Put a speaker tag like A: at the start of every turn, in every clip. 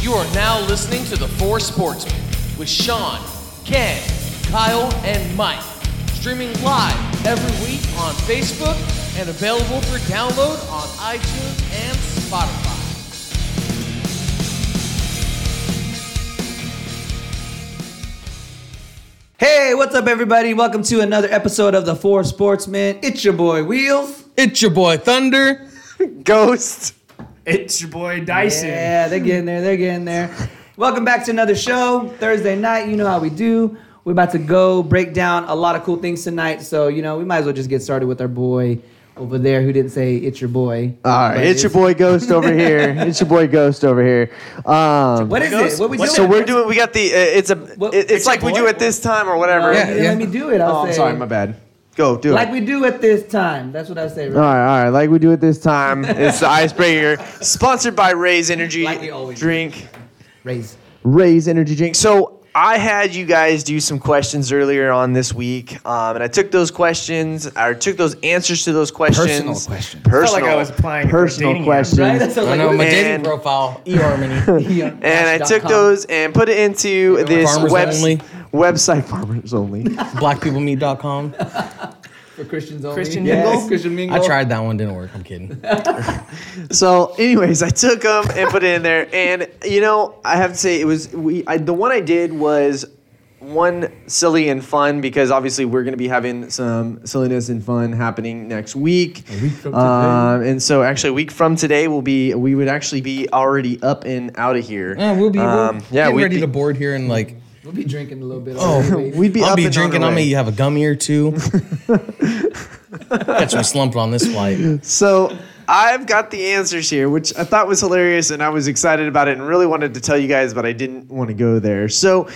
A: You are now listening to The Four Sportsmen with Sean, Ken, Kyle, and Mike. Streaming live every week on Facebook and available for download on iTunes and Spotify.
B: Hey, what's up, everybody? Welcome to another episode of the Four Sportsmen. It's your boy Wheels.
A: It's your boy Thunder.
C: Ghost.
D: It's your boy Dyson.
B: Yeah, they're getting there. They're getting there. Welcome back to another show. Thursday night, you know how we do. We're about to go break down a lot of cool things tonight. So, you know, we might as well just get started with our boy over there who didn't say it's your boy.
C: All right, it's your boy Ghost over here. It's your boy Ghost over here. Um,
B: What is it? What we doing?
C: so we're doing. We got the. Uh, it's a.
B: What-
C: it-
B: It's
C: it's like we do at this time or whatever.
B: Oh, you didn't Let me do it. I'll
C: Oh, I'm
B: say.
C: sorry, my bad. Go do it.
B: Like we do at this time. That's what I say.
C: all
B: Right?
C: right, all right. Like we do at this time. It's the icebreaker, sponsored by Raise Energy
B: Like we always do.
C: Drink.
B: Raise.
C: Raise Energy Drink. So I had you guys do some questions earlier on this week, um, and I took those questions or took those answers to those questions.
E: Personal questions.
C: Personal.
D: Felt like I was applying for
C: personal
D: dating app.
C: questions.
B: Right? That sounds
E: I
B: like
E: know my
C: And-
E: dating profile, eHarmony.
C: and I took those and put it into this
E: Farmers
C: web-
E: only.
C: website. Farmers only.
E: blackpeoplemeet.com.
B: for Christians only.
D: Christian
B: Yes,
D: Mingle?
B: Christian Mingle.
E: I tried that one, didn't work. I'm kidding.
C: so, anyways, I took them and put it in there, and you know, I have to say it was we. I, the one I did was one silly and fun because obviously we're going to be having some silliness and fun happening next week. A week from today. Um, and so, actually, a week from today will be we would actually be already up and out of here.
E: Yeah, we'll be we're
C: Um, yeah,
E: getting
C: we'd
E: ready
C: be,
E: to board here and like
B: We'll be drinking a little bit.
E: Oh,
B: already.
C: we'd be
E: I'll
C: up
E: be
C: and on our
E: drinking. I
C: way.
E: may have a gummy or two. Catch me slumped on this flight.
C: So I've got the answers here, which I thought was hilarious, and I was excited about it, and really wanted to tell you guys, but I didn't want to go there. So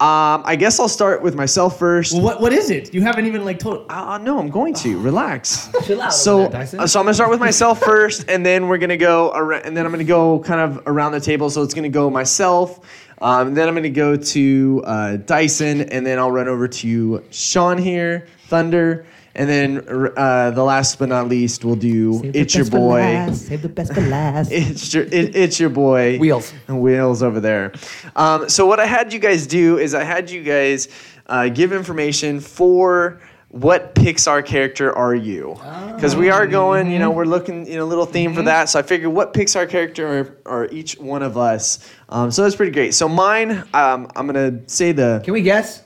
C: um, I guess I'll start with myself first.
D: Well, what what is it? You haven't even like told.
C: Uh, no, I'm going to relax.
B: Chill out over
C: So,
B: there, Dyson.
C: uh, so I'm gonna start with myself first, and then we're gonna go, ar- and then I'm gonna go kind of around the table. So it's gonna go myself, um, then I'm gonna go to uh, Dyson, and then I'll run over to Sean here, Thunder, and then r- uh, the last but not least, we'll do it's your boy.
B: Save the best for last.
C: It's your it, it's your boy
B: Wheels.
C: wheels over there. Um, so what I had you guys do is I had you guys uh, give information for what Pixar character are you? Because we are going, you know, we're looking, you know, little theme
B: Mm-hmm.
C: for that. So I figured what Pixar character are, are each one of us. Um, so that's pretty great. So mine, um, I'm gonna say the.
B: Can we guess?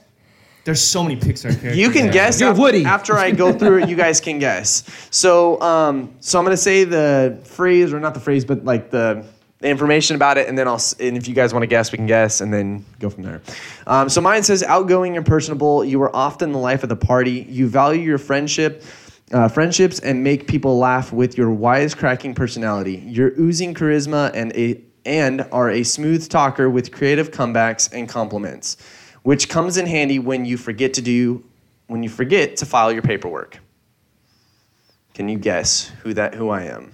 D: There's so many Pixar characters.
C: You can guess
B: You're
C: af-
B: Woody.
C: after I go through it. You guys can guess. So, um, so I'm gonna say the phrase, or not the phrase, but like the, the information about it, and then I'll. s- And if you guys want to guess, we can guess, and then go from there. Um, so mine says outgoing and personable. You are often the life of the party. You value your friendship. Uh, friendships and make people laugh with your wisecracking personality. You're oozing charisma and a and are a smooth talker with creative comebacks and compliments, which comes in handy when you forget to do when you forget to file your paperwork. Can you guess who that who I am?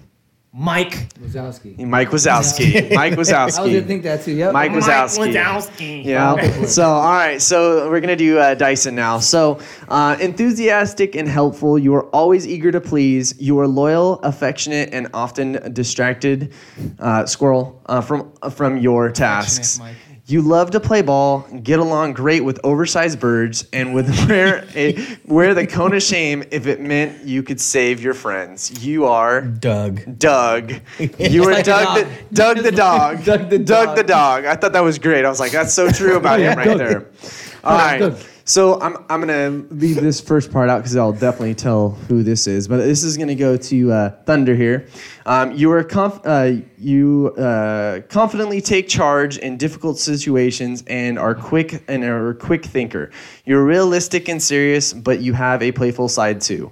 D: Mike.
B: Wazowski.
C: Mike Wazowski. Mike
B: I was gonna
C: Wazowski.
B: think that too. Yep.
C: Mike
D: Mike
C: Wazowski.
D: Wazowski.
C: Yeah. So, all right. So, we're going to do uh, Dyson now. So, uh, enthusiastic and helpful. You are always eager to please. You are loyal, affectionate, and often distracted, uh, squirrel, uh, from, from your tasks.
D: Affectionate, Mike.
C: You love to play ball, get along great with oversized birds, and would wear, a, wear the cone of shame if it meant you could save your friends. You are.
E: Doug.
C: Doug. You were
B: Like a
C: Doug the, Doug the dog.
B: Doug the
C: Doug the
B: dog.
C: dog. I thought that was great. I was like, that's so true about him right there. All
B: Doug.
C: right. So I'm, I'm going to leave this first part out because I'll definitely tell who this is. But this is going to go to uh, Thunder here. Um, you are conf- uh, you uh, confidently take charge in difficult situations and are quick and are a quick thinker. You're realistic and serious, but you have a playful side too.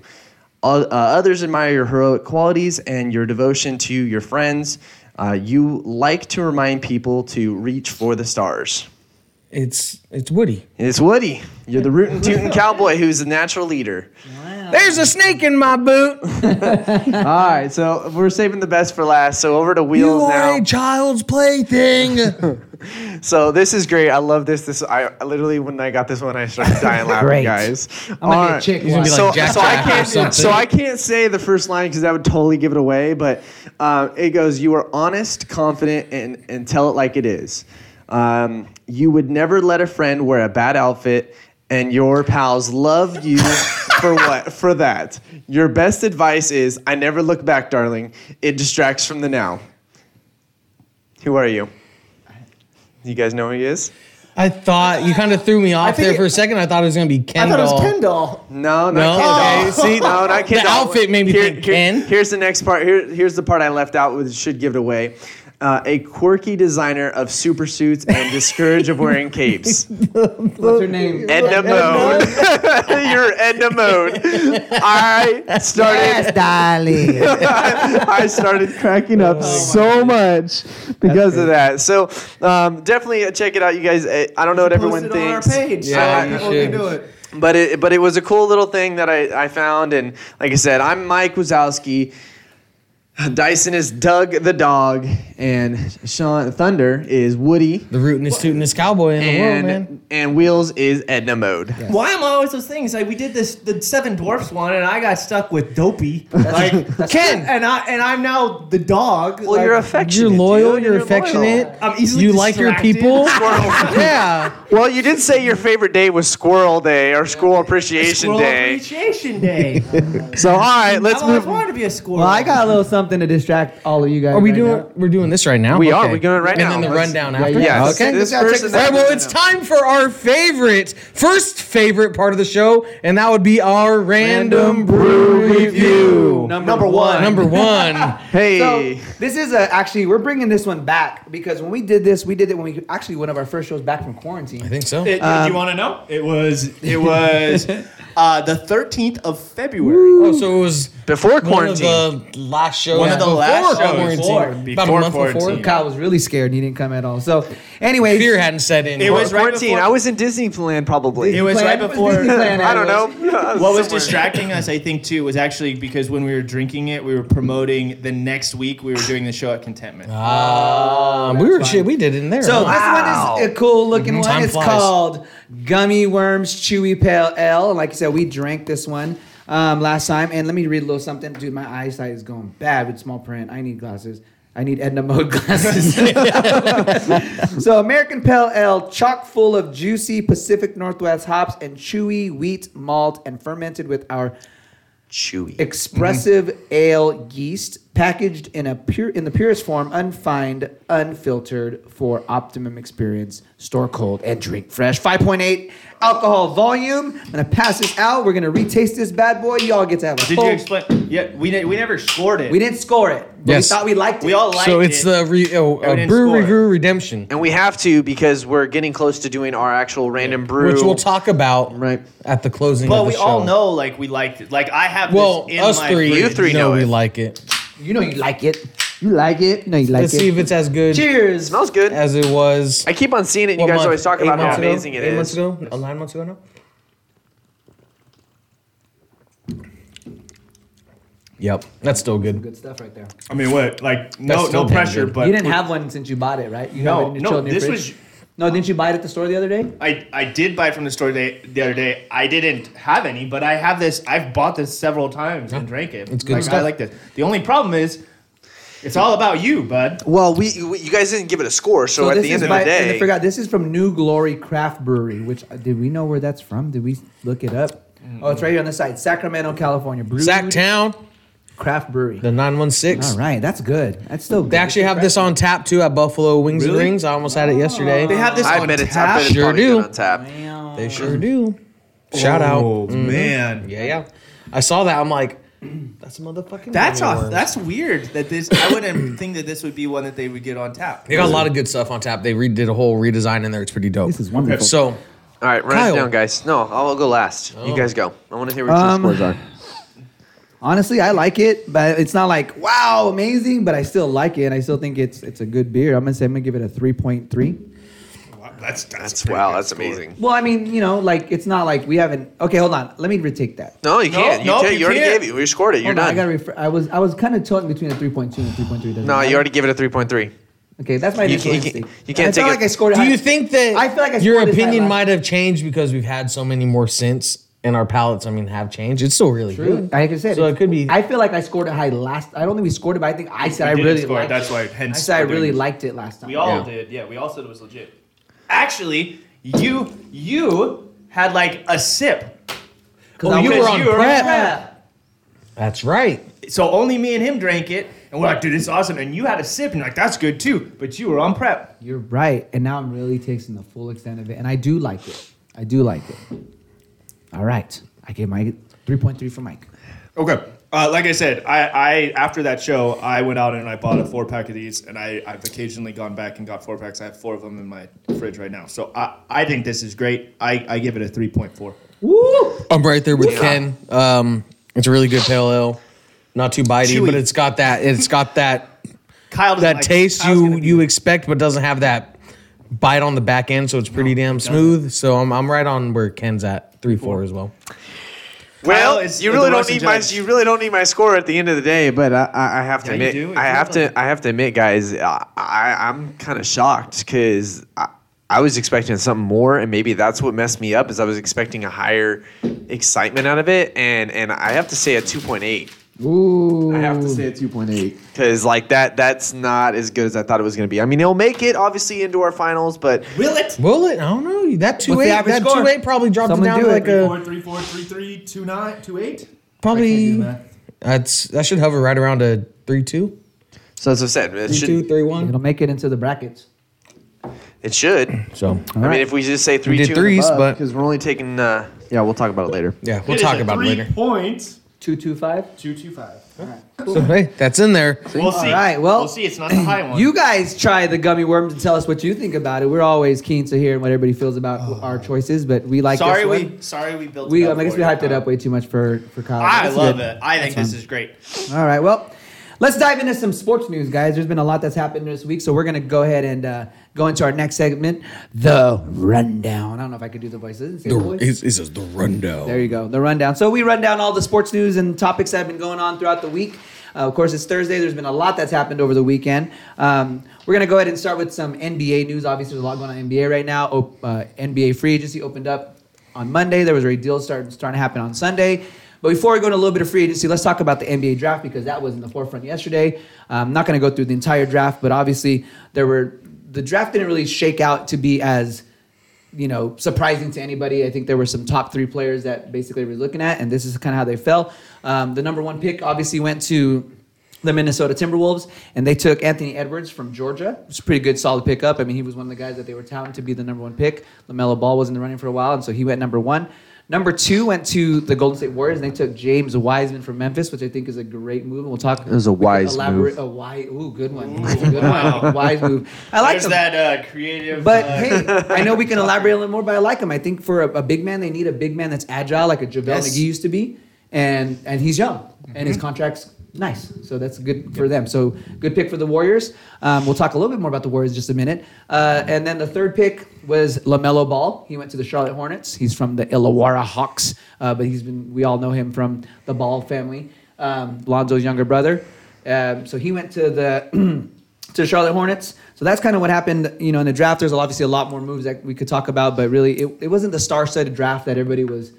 C: O- uh, others admire your heroic qualities and your devotion to your friends. Uh, you like to remind people to reach for the stars.
E: It's it's Woody.
C: And it's Woody. You're the rootin' tootin' cowboy who's the natural leader.
B: Wow.
E: There's a snake in my boot.
C: All right, so we're saving the best for last. So over to
E: You
C: wheels
E: are
C: now.
E: a child's plaything.
C: so this is great. I love this. This I I literally when I got this one, I started dying laughing,
B: Great.
C: guys.
B: I'm gonna
C: All
B: get
C: right.
B: chick
E: gonna
B: one.
E: be like
C: so,
E: Jack
C: so I
E: Jack or
C: can't so
E: something.
C: I can't say the first line because that would totally give it away. But uh, it goes: You are honest, confident, and and tell it like it is. Um, you would never let a friend wear a bad outfit, and your pals love you for what for that. Your best advice is: I never look back, darling. It distracts from the now. Who are you? You guys know who he is?
E: I thought you kind of threw me off
D: think
E: there for
D: it-
E: a second. I thought it was gonna be
D: I
E: Kendall.
D: thought it was Kendall.
C: No, not
E: No?
C: Ken doll. See, no, not Ken
E: The
C: doll.
E: outfit made me think Ken.
C: Here's the next part. Here, here's the part I left out, which should give it away. Uh, a quirky designer of super suits and discourage of wearing capes.
B: What's her name?
C: Edna Mode. You're Edna Mode. I started.
B: darling.
C: I started cracking
B: Oh
C: up so much because of that. So um, definitely check it out, you guys. I I don't know what everyone
B: Post it on our page.
C: thinks.
E: Yeah,
C: I-
E: you
B: People
E: should.
B: can do it.
C: but it but it was a cool little thing that I, I found and like I said I'm Mike Wazowski Dyson is Doug the dog and Sean Thunder is Woody
E: the rootinest, tootinest cowboy in the world,
C: and
E: man.
C: and Wheels is Edna Mode
D: Why am I always those things? Like we did this the Seven Dwarfs one, and I got stuck with Dopey, like Ken, and I and I'm now the dog.
C: well you're affectionate
E: You're loyal.
C: dude.
E: You're
C: loyal.
E: affectionate.
D: I'm easily
E: you like your
D: distracted.
E: people.
C: Squirrel.
E: yeah.
C: well you did say your favorite day was Squirrel Day or Squirrel Appreciation
D: Squirrel
C: Day
D: Appreciation Day.
C: so all right let's
D: I always
C: move
D: wanted to be a squirrel.
B: Well, I got a little something to distract all of you guys.
E: Are we
B: right
E: doing?
B: now.
E: We're doing this right now.
C: We are. We're doing it right
E: and
C: now.
E: And then the
C: Let's-
E: rundown
C: Yeah,
E: after.
C: yeah.
E: Okay.
C: This
E: Let's go check
C: person-
E: this out. All right, well, it's time for our favorite, first favorite part of the show, and that would be our random, brew review.
B: Number, one.
E: Number one.
C: hey
B: So this is a, actually we're bringing this one back because when we did this, we did it when we actually one of our first shows back from quarantine.
E: I think so.
D: It, do you want to know? It was it was uh, the 13th of February.
E: oh, so it was
C: before
E: one of uh,
C: quarantine
E: the last shows.
D: One of the
E: before
D: last shows.
E: quarantine.
D: Before-
E: About
D: before
E: a month
D: quarantine.
E: before.
B: Kyle was really scared. and He didn't come at all. So, anyways,
E: Fear hadn't set in.
D: It
E: yet.
D: was right
C: quarantine
D: before-
C: I was in Disneyland probably
D: It was
B: Plan-
D: right before-
B: Disneyland
C: I don't
B: was.
C: know
D: What was distracting us, I think, too, was actually because when we were drinking it, we were promoting the next week we were doing the show at Contentment.
E: Ah. Um, we were shit. We did it in there.
B: So
E: huh?
C: Wow.
B: this one is a cool looking
E: Mhm,
B: one.
E: time
B: It's
E: flies.
B: called Gummy Worms Chewy Pale Ale. And like I said, we drank this one um, last time. And let me read a little something. Dude, my eyesight is going bad with small print. I need glasses. I need Edna Mode glasses. so American Pale Ale, chock full of juicy Pacific Northwest hops and chewy wheat malt, and fermented with our
C: chewy
B: expressive
D: Mm-hmm.
B: ale yeast packaged in a pure in the purest form unfined unfiltered for optimum experience store cold and drink fresh 5.8 alcohol volume i'm gonna pass this out we're gonna retaste this bad boy y'all get to have a
D: Did
B: full-
D: you explain? Yeah, we, ne- we never scored it.
B: Oh. we didn't score it but
E: Yes.
B: we thought we liked it
D: We all liked
E: So it's
D: it.
E: the re, oh,
D: And we
E: uh,
D: didn't
E: brew
D: score.
E: review redemption,
C: And we have to because we're getting close to doing our actual random brew.
E: which we'll talk about
C: Right.
E: at the closing.
D: But
E: of the
D: we all
E: show.
D: know, like, we liked it. Like, I have
E: Well,
D: this in
E: us
D: my
E: three,
C: You
D: fridge.
C: three know
E: know we
C: it.
E: like it.
B: you know you like it you like it you know you like
E: Let's
B: it
E: see if it's as good
C: It
B: cheers
C: smells good.
E: as it was.
C: I keep on seeing it. and You
E: what
C: guys
E: month?
C: always talk
E: Eight
C: about how
E: months ago?
C: amazing it
E: Eight months
C: is.
E: ago, Uh, nine months ago now. Yep, that's still good.
B: good stuff right there
D: I mean, what? Like, no,
E: still
D: no
E: damn
D: pressure,
E: good.
D: but
B: you didn't have one since you bought it right you have
D: No,
B: it in your
D: no,
B: chilled in your
D: this
B: fridge?
D: was-
B: no didn't you buy it at the store the other day
D: I, I did buy it from the store the, the other day. I didn't have any, but I have this. I've bought this several times and drank it.
E: It's good
D: Like, I
E: stuff.
D: like this. The only problem is, it's all about you, bud.
C: Well, we, we you guys didn't give it a score, so, at
B: this
C: the end
B: is
C: of
B: by-
C: the
B: and I
C: day,
B: forgot this is from New Glory Craft Brewery. Which uh, did we know where that's from? Did we look it up? Oh, it's right here on the side, Sacramento, California. Brewed
E: Zach Town,
B: Craft Brewery.
E: the nine one six.
B: All right, that's good. That's still. Good.
E: They actually have this on tap too at Buffalo Wings and
D: Really?
E: Rings. I almost had it yesterday.
D: They have this
C: I
D: on
C: bet it's, I
D: tap.
C: bet it's
E: Sure
C: probably
E: do.
C: good on tap.
B: Um,
E: They sure do. Shout
D: Oh,
E: out.
D: man.
E: Yeah, yeah. I saw that. I'm like, that's a motherfucking.
D: That's
E: Gummy
D: off.
E: Worms.
D: That's weird. That this. I wouldn't think that this would be one that they would get on tap.
E: They got a lot of good stuff on tap. They redid a whole redesign in there. It's pretty dope.
B: This is wonderful.
E: So
C: All right, run
E: Kyle.
C: it down, guys. No, I'll go last. You guys go. I want to hear what
B: Um,
C: your scores are.
B: Honestly, I like it, but it's not like wow, amazing. But I still like it, and I still think it's it's a good beer. I'm gonna say I'm gonna give it a three point three.
D: That's that's,
C: That's
D: pretty
C: wow.
D: good
C: That's
D: score.
C: amazing.
B: Well, I mean, you know, like it's not like we haven't. Okay, hold on. Let me retake that.
C: No, you can't. You,
D: nope,
C: ta-
D: you
C: you already
D: can't.
C: gave it. We scored it. You're
B: Hold on, I
C: done.
B: gotta. Refer- I was I was kind of toting between a 3.2 and 3.3. doesn't
C: no,
B: matter.
C: you already give it a 3.3.
B: Okay, that's my
C: You
B: initial
C: can't- you
B: instinct.
C: can't- you can't
B: I felt
C: take it-
B: like I scored.
E: Do
B: high-
E: you think that
B: I feel like I
E: your
B: scored it
E: opinion
B: by
E: might have changed because we've had so many more since and our palates, I mean, have changed? It's still really
B: True.
E: good.
B: Like I said,
E: So
B: it's-
E: it could be-
B: I feel like I scored it high last. I don't think we scored it, but I think I said I
D: didn't
B: really
D: score it,
B: liked.
D: that's
B: it.
D: why
B: I
D: hence
B: said I
D: we're doing
B: really
D: this.
B: liked it last time.
D: We all
E: Yeah.
D: did. Yeah, we all said it was legit. Actually, you you had like a sip.
E: Oh,
B: I
E: you
B: was-
E: were on
D: you were on
E: prep.
B: Yeah.
E: That's right.
D: So only me and him drank it, and we're like, dude, this is awesome. And you had a sip, and you're like, that's good too. But you were on prep.
B: You're right, and now I'm really tasting the full extent of it, and I do like it. I do like it. All right, I gave my 3.3 for Mike.
D: Okay. Uh, like I said, I, I after that show, I went out and I bought a four pack of these, and I, I've occasionally gone back and got four packs. I have four of them in my fridge right now. So I, I think this is great. I, I give it a three point four.
B: Woo!
E: I'm right there with Ken. Um, it's a really good pale ale. Not too bitey,
D: Chewy.
E: but it's got that. It's got that
D: Kyle doesn't
E: that
D: like-
E: taste
D: Kyle's
E: you
D: gonna be-
E: you expect, but doesn't have that bite on the back end. So it's pretty damn smooth. So I'm I'm right on where Ken's at three four as well.
C: Well,
D: is
C: you
D: the
C: really don't
D: Russian
C: need my
D: judge.
C: you really don't need my score at the end of the day, but I, I, I have to
D: Yeah, you
C: admit
D: do. It's
C: I have
D: well
C: to I have to admit, guys, I, I I'm kind of shocked because I, I was expecting something more, and maybe that's what messed me up is I was expecting a higher excitement out of it, and and I have to say a 2.8
B: Ooh!
C: I have to say a 2.8 because like that that's not as good as I thought it was going to be. I mean, it'll make it obviously into our finals, but
D: Will it?
E: Will it? I don't know. That two
B: What's
E: eight.
B: the average
E: That
B: score?
E: two eight probably dropped
B: Someone
E: it down
B: do
E: to
B: it.
E: like a
D: three, four, three, three, two, nine, two, eight.
E: probably.
D: I can't do
E: That's that should hover right around a three two,
C: so as I said, it
E: three two,
C: should
E: three one.
B: It'll make it into the brackets.
C: it should. I
E: So
B: right.
C: mean, if we just say three
E: did
C: two
E: threes, but-
C: because we're only taking uh, yeah, we'll talk about it later.
E: yeah, we'll talk about it later.
D: Point
B: Two two five.
D: two two five.
E: So hey, that's in there.
D: We'll see.
B: All right, well-
D: we'll see. It's not the high one.
B: You guys try the gummy worms and tell us what you think about it. We're always keen to hear what everybody feels about our choices, but Oh. we like
D: sorry
B: this one.
D: we sorry we built.
B: We, um, I
D: it up
B: guess
D: for
B: we
D: you.
B: hyped it up way too much for for Kyle.
D: I
B: That's
D: love
B: good.
D: it. I think this is great.
B: All right, well, let's dive into some sports news, guys. There's been a lot that's happened this week, so we're gonna go ahead and uh, go into our next segment, the rundown. I don't know if I could do the voice. Is it the voice?
E: This is the rundown.
B: There you go, the rundown. So we run down all the sports news and topics that have been going on throughout the week. Uh, of course, it's Thursday. There's been a lot that's happened over the weekend. Um, we're gonna go ahead and start with some NBA news. Obviously, there's a lot going on in NBA right now. O- uh, NBA free agency opened up on Monday. There was already deals starting starting to happen on Sunday. But before we go into a little bit of free agency, let's talk about the NBA draft because that was in the forefront yesterday. Uh, I'm not going to go through the entire draft, but obviously there were the draft didn't really shake out to be as you know, surprising to anybody. I think there were some top three players that basically we're looking at, and this is kind of how they fell. Um, the number one pick obviously went to the Minnesota Timberwolves, and they took Anthony Edwards from Georgia. It's a pretty good, solid pickup. I mean, he was one of the guys that they were touting to be the number one pick. LaMelo Ball was in the running for a while, and so he went number one. Number two went to the Golden State Warriors, and they took James Wiseman from Memphis, which I think is a great move. And we'll talk. It
C: was a wise move.
B: A wise, ooh, good one. good one. Wise move. I like
D: There's
B: them.
D: that uh, creative.
B: But
D: uh,
B: hey, I know we can elaborate a little more, but I like him. I think for a, a big man, they need a big man that's agile, like a JaVale
D: Yes.
B: McGee used to be, and and he's young, and his contract's nice, so that's good for them. So good pick for the Warriors. Um, we'll talk a little bit more about the Warriors in just a minute, uh, and then the third pick was Lamelo Ball. He went to the Charlotte Hornets. He's from the Illawarra Hawks, uh, but he's been we all know him from the Ball family, um, Lonzo's younger brother. Um, so he went to the to Charlotte Hornets. So that's kind of what happened, you know, in the draft. There's obviously a lot more moves that we could talk about, but really, it, it wasn't the star-studded draft that everybody was,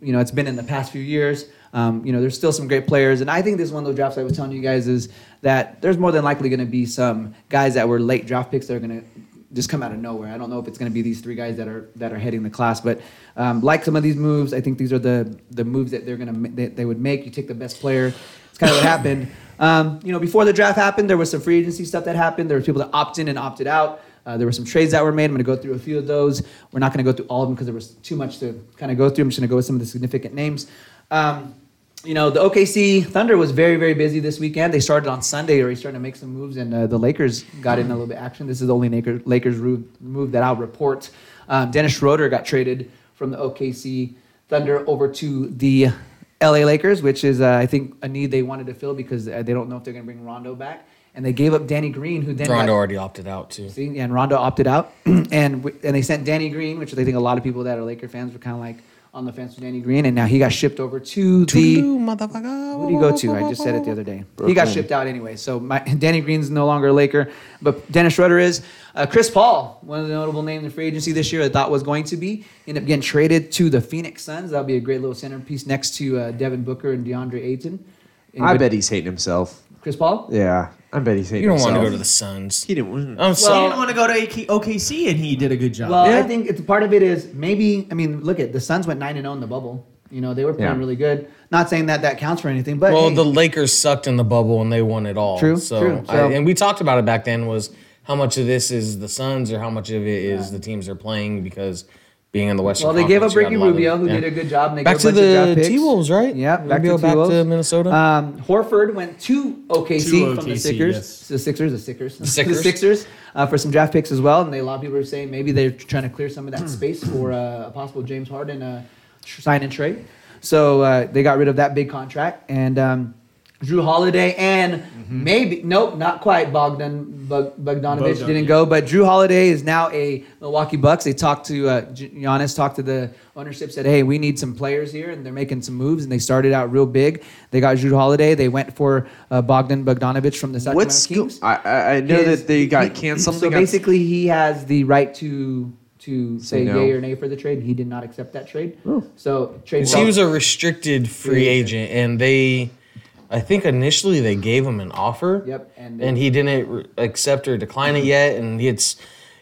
B: you know, it's been in the past few years. Um, you know, there's still some great players, and I think this is one of those drafts I was telling you guys is that there's more than likely going to be some guys that were late draft picks that are going to just come out of nowhere. I don't know if it's going to be these three guys that are that are heading the class, but um, like some of these moves, I think these are the the moves that they're going to that they would make. You take the best player. It's kind of what happened. Um, you know, before the draft happened, there was some free agency stuff that happened. There were people that opted in and opted out. Uh, there were some trades that were made. I'm going to go through a few of those. We're not going to go through all of them because there was too much to kind of go through. I'm just going to go with some of the significant names. Um, you know, the OKC Thunder was very, very busy this weekend. They started on Sunday, already starting to make some moves, and uh, the Lakers got in a little bit of action. This is the only Laker- Lakers ru- move that I'll report. Um, Dennis Schroeder got traded from the OKC Thunder over to the LA Lakers, which is uh, I think a need they wanted to fill because uh, they don't know if they're going to bring Rondo back, and they gave up Danny Green, who then
E: Rondo
B: got-
E: already opted out too.
B: See, yeah, and Rondo opted out, and w- and they sent Danny Green, which I think a lot of people that are Laker fans were kind of like on the fence with Danny Green, and now he got shipped over to the. Who do you go to? I just said it the other day. He got shipped out anyway, so my, Danny Green's no longer a Laker, but Dennis Schroeder is. Uh, Chris Paul, one of the notable names in free agency this year, I thought was going to be, ended up getting traded to the Phoenix Suns. That'll be a great little centerpiece next to uh, Devin Booker and DeAndre Ayton.
C: I bet he's hating himself.
B: Chris Paul.
C: Yeah, I bet he's hating
E: You don't
C: himself. Uh,
E: want to go to the Suns.
C: He didn't want.
E: I'm
F: He
E: sorry.
F: didn't want to go to AK- OKC, and he did a good job.
B: Well, I think it's part of it is maybe. I mean, look at the Suns went nine and zero in the bubble. You know, they were playing
C: Yeah.
B: really good. Not saying that that counts for anything, but
E: Well,
B: hey,
E: the Lakers sucked in the bubble and they won it all.
B: True,
E: So,
B: true.
E: I-
B: So-
E: and we talked about it back then was how much of this is the Suns or how much of it is the teams they're playing because being in the Western.
B: well, they gave up
E: Conference,
B: Ricky
E: you got a lot of-
B: Rubio, who
E: yeah.
B: did a good job. And they
E: Back
B: gave a
E: to
B: bunch of
E: the
B: draft picks.
E: T-Wolves, right?
B: Yeah, back
E: Rubio
B: to
E: back
B: T-Wolves.
E: to Minnesota.
B: Um, Horford went to OKC
F: To
B: from the
F: OKC,
B: Sixers,
F: yes.
B: to the Sixers, the Sixers, the
E: Sixers.
B: Sixers uh, for some draft picks as well. And they, a lot of people are saying maybe they're trying to clear some of that space for uh, a possible James Harden uh, tr- sign and trade. So uh, they got rid of that big contract and um, Drew Holiday and maybe nope, not quite Bogdan Bog, Bogdanovich
F: Bogdan,
B: didn't
F: yeah.
B: go, but Drew Holiday is now a Milwaukee Bucks. They talked to uh, G- Giannis, talked to the ownership, said, "Hey, we need some players here," and they're making some moves. And they started out real big. They got Drew Holiday. They went for uh, Bogdan Bogdanovich from the Sacramento
C: What's go-
B: Kings.
C: I, I I know
B: His-
C: that they
B: he-
C: got canceled.
B: So
C: they got-
B: basically, he has the right to to say,
C: Say no. Oh.
B: yay or nay for the trade. He did not accept that trade. So trade.
E: he was a restricted free agent, and they, I think initially they gave him an offer.
B: Yep, and
E: and,
B: they-
E: he didn't re- accept or decline it yet, and it's,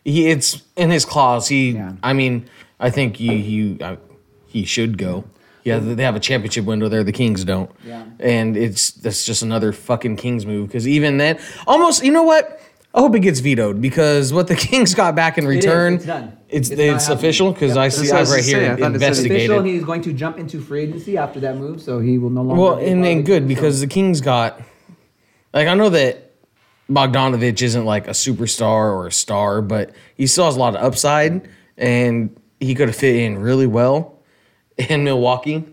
E: he it's in his clause. He,
B: Yeah.
E: I mean, I think you you I, he should go. Yeah, they have a championship window there. The Kings don't.
B: Yeah.
E: and it's that's just another fucking Kings move because even then, almost you know what. I hope it gets vetoed because what the Kings got back in
B: is.
E: return,
B: It's done.
E: It's,
B: It's not
E: it's
B: happening.
E: official because
B: Yep.
E: I
B: That's
E: see
C: what I
E: I
C: was
E: right
C: gonna say. I
E: here
C: thought this was
E: investigated.
B: official. and He's going to jump into free agency after that move, so he will no longer.
E: Well,
B: be Bogdan.
E: and then good because the Kings got like I know that Bogdanovich isn't like a superstar or a star, but he still has a lot of upside and he could have fit in really well in Milwaukee.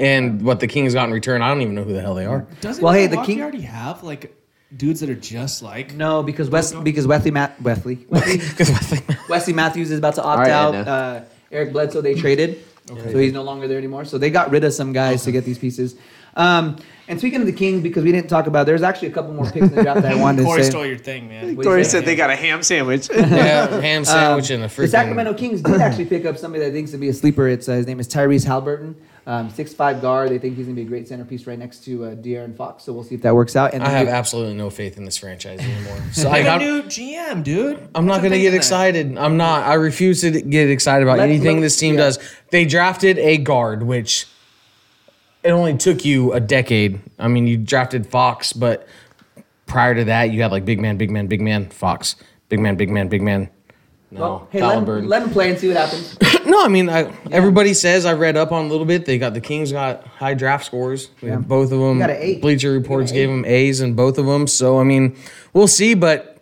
E: And what the Kings got in return, I don't even know who the hell they are.
F: Doesn't
B: Well, hey, the
F: Milwaukee
B: King-
F: already have like dudes that are just like
B: No, because Wes because Wesley Matt Wesley Wesley, Wesley Matthews is about to opt
C: right,
B: out.
C: Edna.
B: Uh, Eric Bledsoe they traded, so he's no longer there anymore. So they got rid of some guys to get these pieces. Um, and speaking of the Kings, because we didn't talk about, there's actually a couple more picks in the draft that I wanted
F: Corey
B: to
F: stole
B: say.
F: your thing, man.
B: What do you
C: Corey
B: say?
C: said they got a ham sandwich.
E: yeah, ham sandwich and a freaking
B: Um, The Sacramento Kings did actually pick up somebody that thinks to be a sleeper. It's uh, his name is Tyrese Halberton, um, six five guard. They think he's gonna be a great centerpiece right next to uh, De'Aaron Fox. So we'll see if that works out. And
E: I have
B: they-
E: absolutely no faith in this franchise anymore. So
F: Like
E: like,
F: a
E: I'm,
F: new GM, dude.
E: I'm
F: What's the
E: not going to
F: thing in
E: get
F: that?
E: excited. I'm not. I refuse to get excited about
B: Let-
E: anything
B: let-
E: this team
B: yeah.
E: does. They drafted a guard, which it only took you a decade. I mean, you drafted Fox, but prior to that, you had like big man, big man, big man, Fox, big man, big man, big man. No,
B: well, hey, let him,
E: Thalberg.
B: let him play and see what happens.
E: No, I mean, I, everybody says I read up on a little bit. They got the Kings got high draft scores. We
B: Yeah.
E: had Both of them.
B: got an eight.
E: Bleacher Reports
B: You got an
E: gave them A's in both of them. So I mean, we'll see. But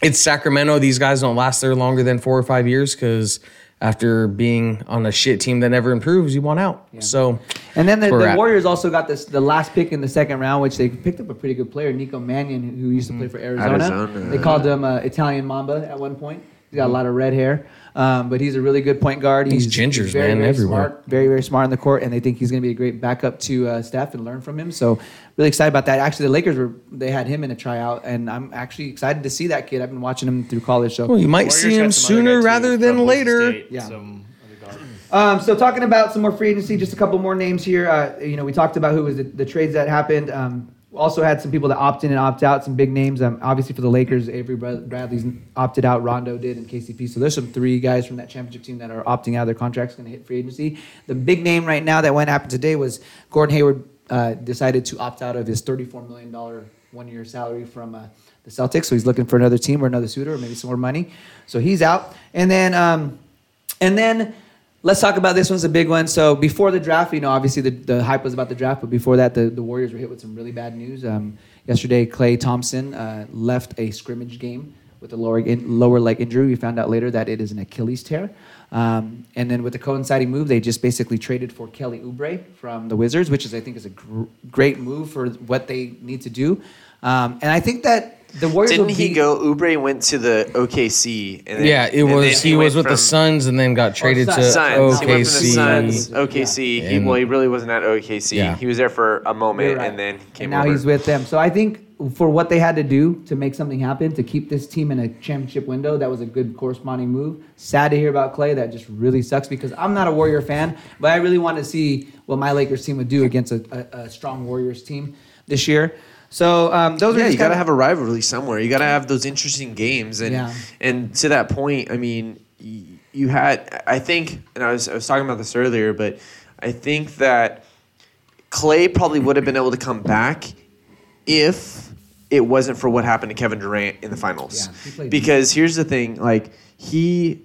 E: it's Sacramento. These guys don't last there longer than four or five years because after being on a shit team that never improves, you want out. So
B: And then the,
E: We're
B: the
E: at.
B: Warriors also got this the last pick in the second round, which they picked up a pretty good player, Nico Mannion, who used to
E: Mm.
B: play for Arizona.
C: Arizona.
B: They called him uh, Italian Mamba at one point. He's got a lot of red hair, um, but he's a really good point guard.
E: Mm. These gingers, man, everywhere.
B: Smart, very, very smart in the court, and they think he's going to be a great backup to uh, Steph and learn from him. So really excited about that. Actually, the Lakers were they had him in a tryout, and I'm actually excited to see that kid. I've been watching him through college. So
E: well, you might
D: Warriors
E: see
D: got
E: him
D: some other
E: sooner
D: guy, too,
E: rather
D: from
E: than
D: Boise
E: later.
D: State,
B: Yeah.
D: some other guy.
B: Um, so talking about some more free agency, just a couple more names here. Uh, you know, we talked about who was the, the trades that happened. Um, also had some people that opt in and opt out. Some big names. Um, obviously for the Lakers, Avery Bra- Bradley's opted out. Rondo did, and KCP. So there's some three guys from that championship team that are opting out of their contracts, going to hit free agency. The big name right now that went happened today was Gordon Hayward uh, decided to opt out of his 34 million dollar one year salary from uh, the Celtics. So he's looking for another team or another suitor or maybe some more money. So he's out. And then. Um, and then let's talk about this one's a big one. So before the draft, you know, obviously the, the hype was about the draft, but before that, the, the Warriors were hit with some really bad news. Um, yesterday, Clay Thompson uh, left a scrimmage game with the lower lower leg injury. We found out later that it is an Achilles tear. Um, and then with the coinciding move, they just basically traded for Kelly Oubre from the Wizards, which is I think is a gr- great move for what they need to do. Um, and I think that the Warriors
C: Didn't
B: will
C: he
B: be-
C: go? Ubre went to the OKC. And then-
E: Yeah, it
C: and then
E: was. He, was
C: went
E: with the
C: from
E: Suns and then got traded to
B: Oh, Suns.
C: Suns. He went from the
E: OKC.
C: Suns,
B: Yeah.
C: OKC. He,
E: And-
C: well, he really wasn't at OKC.
E: Yeah.
C: He was there for a moment
B: You're right.
C: and then came
B: And now
C: over.
B: he's with them. So I think for what they had to do to make something happen to keep this team in a championship window, that was a good corresponding move. Sad to hear about Clay. That just really sucks because I'm not a Warrior fan, but I really want to see what my Lakers team would do against a, a, a strong Warriors team this year. So um, those are
C: yeah,
B: just
C: you got to
B: kinda-
C: have a rivalry somewhere. You got to have those interesting games, and
B: Yeah.
C: and to that point, I mean, y- you had I think, and I was I was talking about this earlier, but I think that Clay probably would have been able to come back if it wasn't for what happened to Kevin Durant in the finals.
B: Yeah, he played-
C: because here's the thing, like he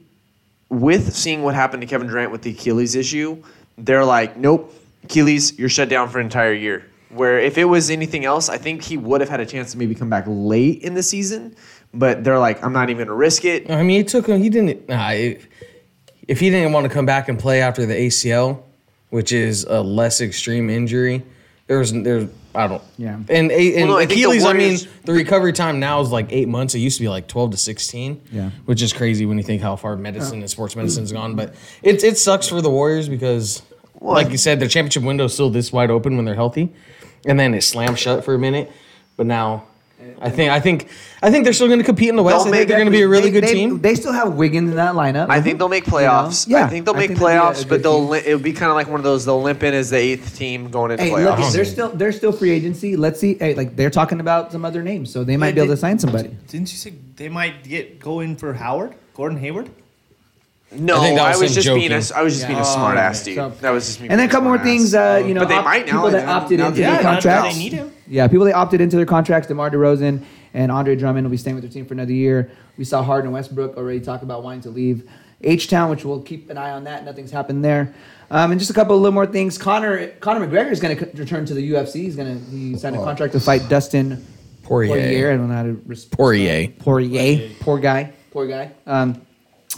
C: with seeing what happened to Kevin Durant with the Achilles issue, they're like, nope, Achilles, you're shut down for an entire year. Where if it was anything else, I think he would have had a chance to maybe come back late in the season. But they're like, I'm not even gonna risk it.
E: I mean, it took him. He didn't. Nah, if, if he didn't want to come back and play after the ACL, which is a less extreme injury, there was there. I don't.
B: Yeah.
E: And, a, and
C: Well, no, I think the
E: Achilles. I mean,
C: Warriors-
E: the recovery time now is like eight months. It used to be like twelve to sixteen.
B: Yeah.
E: Which is crazy when you think how far medicine and sports medicine's gone. But it it sucks for the Warriors because, like you said, their championship window is still this wide open when they're healthy, and then it slammed shut for a minute. But now. I think I think I think they're still going to compete in the West. I
C: Don't
E: think
C: make-
E: they're going to be a really
B: They-
E: good
B: they-
E: team.
B: They still have Wiggins in that lineup.
C: I think they'll make playoffs.
B: You know?
C: I think they'll
B: Yeah, I
C: make
B: think they'll be a- a
C: playoffs,
B: good
C: but they'll
B: team.
C: li- it'll be kind of like one of those they'll limp in as the eighth team going into
B: Hey,
C: playoffs.
B: look, they're still they're still free agency. Let's see. Hey, like they're talking about some other names, so they might be able to sign somebody.
D: Didn't you say they might get go in for Howard, Gordon Hayward?
C: no,
E: I
C: I,
E: think that was
C: was
E: him
C: just being a,
E: joking.
C: I was just being a smart ass dude.
B: So-
C: that was just me.
B: And then
C: being
B: a couple more
C: smartass.
B: things, uh, you know,
C: But they
B: opt-
C: might now,
B: people that
C: now-
B: opted
C: now
B: into
C: they
B: their
C: might.
B: contracts.
D: They need him.
B: Yeah, people that opted into their contracts, DeMar DeRozan and Andre Drummond will be staying with their team for another year. We saw Harden and Westbrook already talk about wanting to leave H Town, which we'll keep an eye on that. Nothing's happened there. Um, and just a couple of little more things. Connor Connor McGregor is going to return to the UFC. He's going to he signed a contract to fight Dustin
E: Poirier.
B: Poirier. I don't know how to res- uh,
E: Poirier.
B: Poirier, poor guy, poor guy. Um,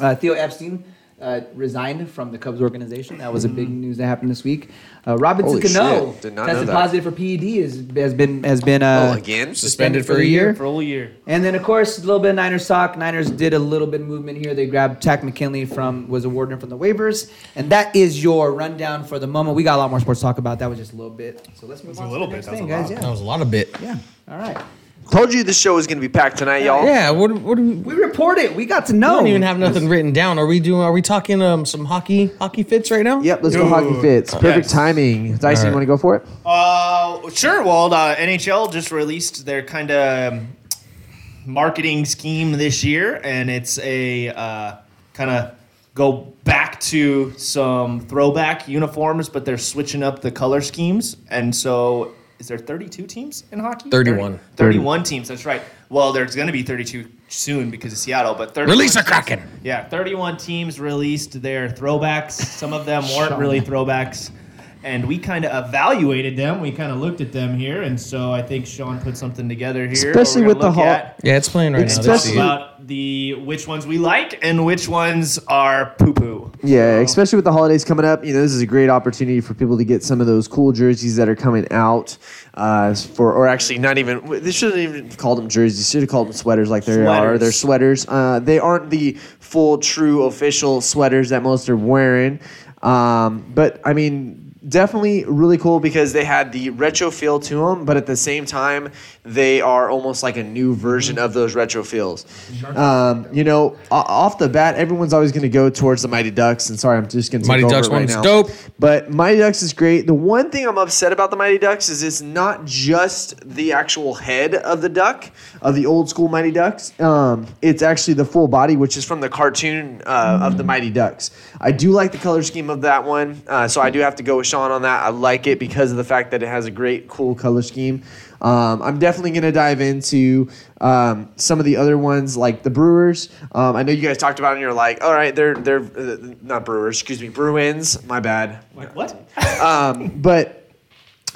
B: uh, Theo Epstein uh, resigned from the Cubs organization. That was a big news that happened this week. Uh, Robinson
C: Holy
B: Cano
C: shit, did not know
B: tested
C: that.
B: positive for PED is, has been has been uh,
C: Oh, again?
E: Suspended for a year?
F: For a whole year.
B: And then of course a little bit of Niners talk. Niners did a little bit of movement here. They grabbed Tack McKinley from was awarded from the waivers, and that is your rundown for the moment. We got a lot more sports to talk about. That was just a little bit. So let's move on.
D: a
B: to
D: little
B: the next
D: bit. That was
B: thing,
D: a
B: guys.
E: That
B: Yeah.
E: was a lot of bit.
B: Yeah. All right.
C: Told you the show was gonna be packed tonight, y'all.
E: Yeah. What? What? Do we, we
B: We report it. We got to know.
E: don't even have nothing written down. Are we doing? Are we talking um some hockey hockey fits right now?
C: Yep, let's go
D: Dude.
C: hockey fits. Perfect
D: Yes.
C: timing. Dyson,
E: Alright.
C: you want to go for it?
D: Uh, sure. Well, uh, NHL just released their kind of um, marketing scheme this year, and it's a uh, kind of go back to some throwback uniforms, but they're switching up the color schemes. And so, is there 32 teams in hockey?
E: 31.
D: 30, 31 teams. That's right. Well, there's going to be 32 soon because of Seattle, but 31
E: Release a
D: teams-
E: Kraken.
D: Yeah, 31 teams released their throwbacks. Some of them weren't really throwbacks. And we kind of evaluated them. We kind of looked at them here, and so I think Sean put something together here. or
C: Especially
D: we're
C: with
D: gonna
C: the
D: look
C: Hawk-
D: at-
E: Yeah, it's playing right now.
D: Talk
E: Let's see.
C: Especially-
D: about the which ones we like and which ones are poo poo.
C: Yeah, especially with the holidays coming up, you know, this is a great opportunity for people to get some of those cool jerseys that are coming out. Uh, for or actually, not even they shouldn't even have called them jerseys. Should have called them sweaters, like they are.
D: Sweaters.
C: They're sweaters. Uh, they aren't the full, true, official sweaters that most are wearing. Um, but I mean, definitely really cool because they had the retro feel to them, but at the same time, they are almost like a new version of those retro feels. Um, you know, o- off the bat, everyone's always going to go towards the Mighty Ducks, and sorry, I'm just going to
E: Mighty
C: take over
E: Ducks
C: it right
E: one's
C: now.
E: dope.
C: But Mighty Ducks is great. The one thing I'm upset about the Mighty Ducks is it's not just the actual head of the duck, of the old school Mighty Ducks. Um, it's actually the full body, which is from the cartoon uh, of the Mighty Ducks. I do like the color scheme of that one, uh, so I do have to go with Sean on that. I like it because of the fact that it has a great, cool color scheme. Um, I'm definitely going to dive into um, some of the other ones like the Brewers. Um, I know you guys talked about it and you're like, all right, they're, they're uh, not Brewers, excuse me, Bruins. My bad
D: Like what?
C: um, but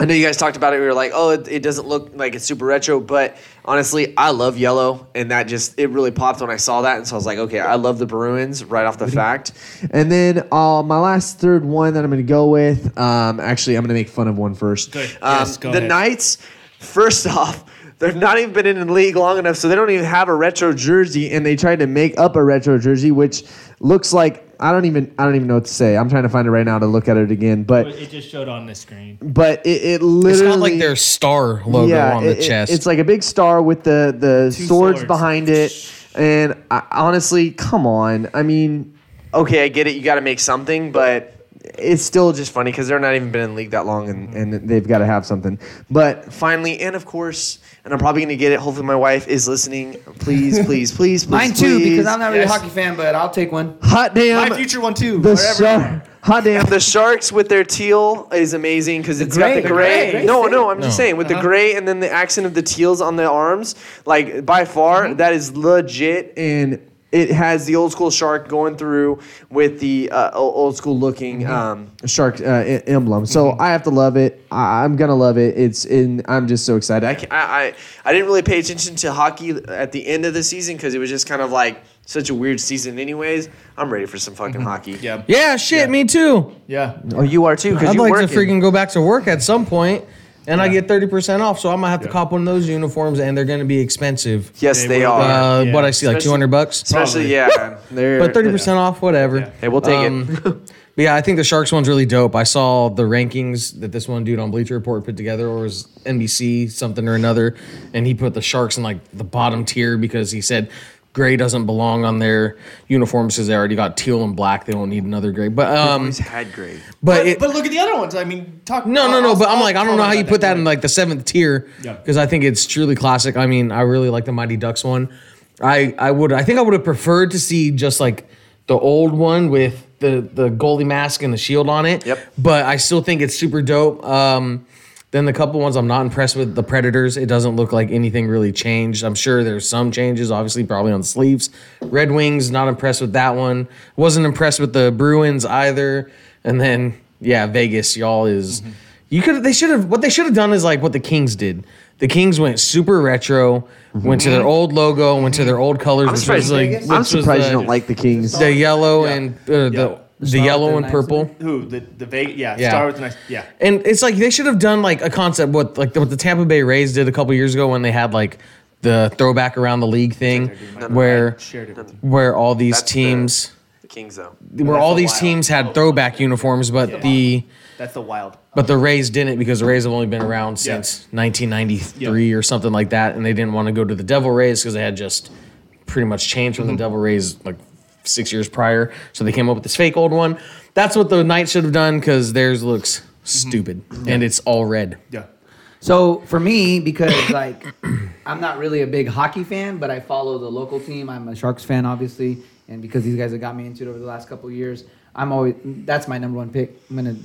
C: I know you guys talked about it. We were like, oh, it, it doesn't look like it's super retro, but honestly, I love yellow, and that just it really popped when I saw that, and so I was like, okay, I love the Bruins right off the fact. And then uh, my last third one that I'm going to go with, um, actually, I'm going to make fun of one first.
D: Good.
C: Um,
D: Yes, go
C: the
D: ahead.
C: Knights, first off. They've not even been in the league long enough, so they don't even have a retro jersey, and they tried to make up a retro jersey, which looks like I don't even I don't even know what to say. I'm trying to find it right now to look at it again, but
G: It just showed on the screen.
C: but it, it literally
E: It's got like their star logo on the
C: it- it-
E: chest.
C: It's like a big star with the the swords,
D: swords.
C: behind it. And I, honestly, come on. I mean, okay, I get it. You got to make something, but it's still just funny because they're not even been in the league that long, and, and they've got to have something. But finally, and of course, and I'm probably gonna get it. Hopefully, my wife is listening. Please, please, please, please.
B: Mine too,
C: please.
B: because I'm not really
D: Yes.
B: a hockey fan, but I'll take one.
C: hot damn.
D: My future one too.
C: The shark. Hot damn! The sharks with their teal is amazing because it's got
B: gray,
C: the
B: the gray,
C: gray.
B: gray
C: Oh, no,
B: thing.
C: no, I'm just
E: No.
C: saying with the gray and then the accent of the teals on the arms. Like by far, that is legit, and it has the old school shark going through with the uh, o- old school looking um, shark uh, e- emblem. So I have to love it. I- I'm gonna love it. It's in. I'm just so excited. I ca- I, I I didn't really pay attention to hockey at the end of the season because it was just kind of like. Such a weird season, anyways. I'm ready for some fucking hockey.
D: yeah,
E: yeah, shit, me too.
D: yeah.
C: Oh, you are too. Because
E: I'd
C: you
E: like
C: work
E: to freaking go back to work at some point, and I get thirty percent off. So I might have to cop one of those uniforms, and they're going to be expensive.
C: Yes,
D: They
C: they,
D: will.
C: are.
E: Uh,
G: Yeah.
E: What I see, like two hundred bucks.
C: Especially, yeah. They're,
E: But thirty percent off, whatever.
C: Hey, we'll take it.
E: Um, but yeah, I think the Sharks one's really dope. I saw the rankings that this one dude on Bleacher Report put together, or was NBC something or another, and he put the Sharks in like the bottom tier because he said gray doesn't belong on their uniforms because they already got teal and black. They don't need another gray. But um,
C: Always had grade.
E: but
D: But,
E: it,
D: but look at the other ones. I mean, talk.
E: no, no, no.
D: I'll-
E: But I'm
D: I'll
E: like, I
D: talk
E: don't know how
D: about
E: you put that in like the seventh tier
D: Yeah.
E: because I think it's truly classic. I mean, I really like the Mighty Ducks one. I I would I think I would have preferred to see just like the old one with the the goalie mask and the shield on it.
C: Yep.
E: But I still think it's super dope. Um, then the couple ones I'm not impressed with the Predators. It doesn't look like anything really changed. I'm sure there's some changes, obviously, probably on the sleeves. Red Wings, not impressed with that one. Wasn't impressed with the Bruins either. And then yeah, Vegas, y'all is you could they should have what they should have done is like what the Kings did. The Kings went super retro, went to their old logo, went to their old colors, which was
C: surprised-
E: like
B: Vegas?
E: which
C: I'm
E: was
C: surprised you
E: the-
C: don't like the Kings.
E: the yellow and uh, the the
B: Star with
E: yellow
B: the
E: and
B: knives
E: purple.
D: Who the the Vegas? Yeah,
E: Yeah.
D: Star with the nice. Yeah,
E: And it's like they should have done like a concept what like what the Tampa Bay Rays did a couple years ago when they had like the throwback around the league thing where
D: shared it. with them.
E: where all these
C: That's the-
E: teams
C: The Kings, though.
E: where
D: that's
E: all
D: the
E: these
D: wild.
E: teams had throwback uniforms but the
D: That's the wild.
E: but the Rays didn't because the Rays have only been around
D: Yeah.
E: since 1993 or something like that and they didn't want to go to the Devil Rays cuz they had just pretty much changed
D: Mm-hmm.
E: from the Devil Rays like 6 years prior so they came up with this fake old one. That's what the Knights should have done cuz theirs looks
D: Mm-hmm.
E: stupid and it's all red.
D: Yeah.
B: So for me, because like I'm not really a big hockey fan, but I follow the local team. I'm a Sharks fan, obviously, and because these guys have got me into it over the last couple of years, I'm always that's my number one pick. I'm gonna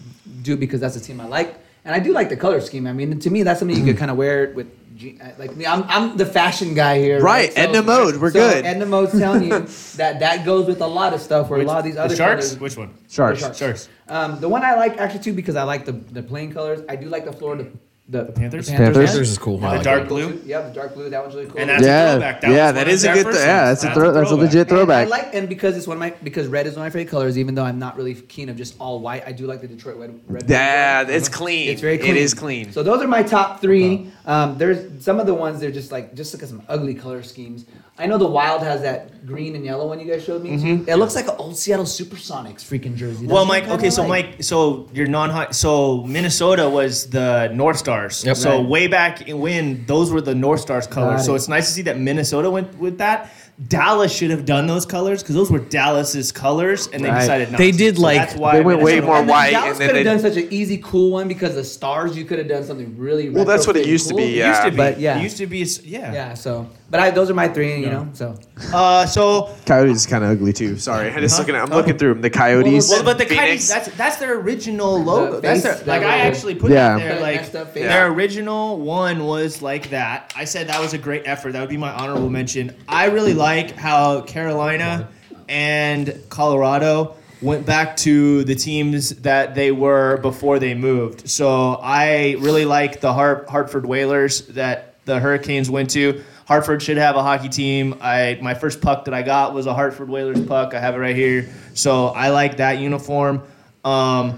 B: do it because that's the team I like, and I do like the color scheme. I mean, to me, that's something you
C: Mm.
B: could kind of wear it with. je- Like me, I'm, I'm the fashion guy here.
C: Right, Edna Mode, we're good.
B: Edna Mode's telling you that that goes with a lot of stuff. Where a lot of these other
D: the sharks.
B: colors-
D: Which one?
C: Sharks.
B: Sharks.
D: Sharks.
B: Um, the one I like actually too because I like the the plain colors. I do like the Florida the,
D: Panthers?
C: Panthers.
E: Theirs is cool. I
D: the
E: like
D: dark
E: it.
D: blue.
B: Yeah, the dark blue. That one's really cool.
D: And that's
C: Yeah.
D: a throwback. That
C: Yeah,
D: was
C: that
D: one of
C: is a
D: their
C: good
D: first
C: th- yeah,
D: ones.
C: that's a throw- that's a legit
B: And
C: throwback.
B: I like and because it's one of my because red is one of my favorite colors. Even though I'm not really keen of just all white, I do like the Detroit red. red
C: Yeah,
B: red.
C: it's clean.
B: It's very clean.
C: It is clean.
B: So those are my top three. Um, there's some of the ones they're just like just look at some ugly color schemes. I know the Wild has that green and yellow one you guys showed me.
C: Mm-hmm.
B: It looks like an old Seattle Supersonics freaking jersey.
D: Well,
B: That's
D: Mike.
B: what I
D: Okay, so
B: like.
D: Mike. So your non-hot. So Minnesota was the North Stars.
E: Yep.
D: So
B: Right.
D: way back in when, those were the North Stars colors.
B: Got
D: So
B: it.
D: it's nice to see that Minnesota went with that. Dallas should have done those colors because those were Dallas's colors, and they
B: Right.
D: decided not.
E: They
D: to.
E: did,
D: So
E: like-
D: that's why
C: They went way
D: Minnesota-
C: more
B: And then
C: white,
B: Dallas
C: and then
B: could have
C: they-
B: done such an easy, cool one because the stars. You could have done something really.
C: Well, that's what it
B: retrofit
C: used to
B: cool.
C: be,
D: It used to
C: Yeah.
D: be.
B: But, yeah.
D: It used to be. s- Yeah.
B: Yeah. So, but I, those are my three. You know. So
D: Uh, so
C: Coyotes is kind of ugly too. Sorry, I'm just looking. At, I'm looking through them. The Coyotes.
D: well, but the
C: Phoenix.
D: Coyotes. That's that's their original logo.
B: face
D: that's
B: that
D: their, like I
B: was-
D: actually put
C: Yeah.
D: that
B: Kinda
D: there. Like
B: messed up face.
D: their
C: Yeah.
D: original one was like that. I said that was a great effort. That would be my honorable mention. I really like how Carolina and Colorado went back to the teams that they were before they moved. So I really like the Hart- Hartford Whalers that the Hurricanes went to. Hartford should have a hockey team. I my first puck that I got was a Hartford Whalers puck. I have it right here. So I like that uniform. Um,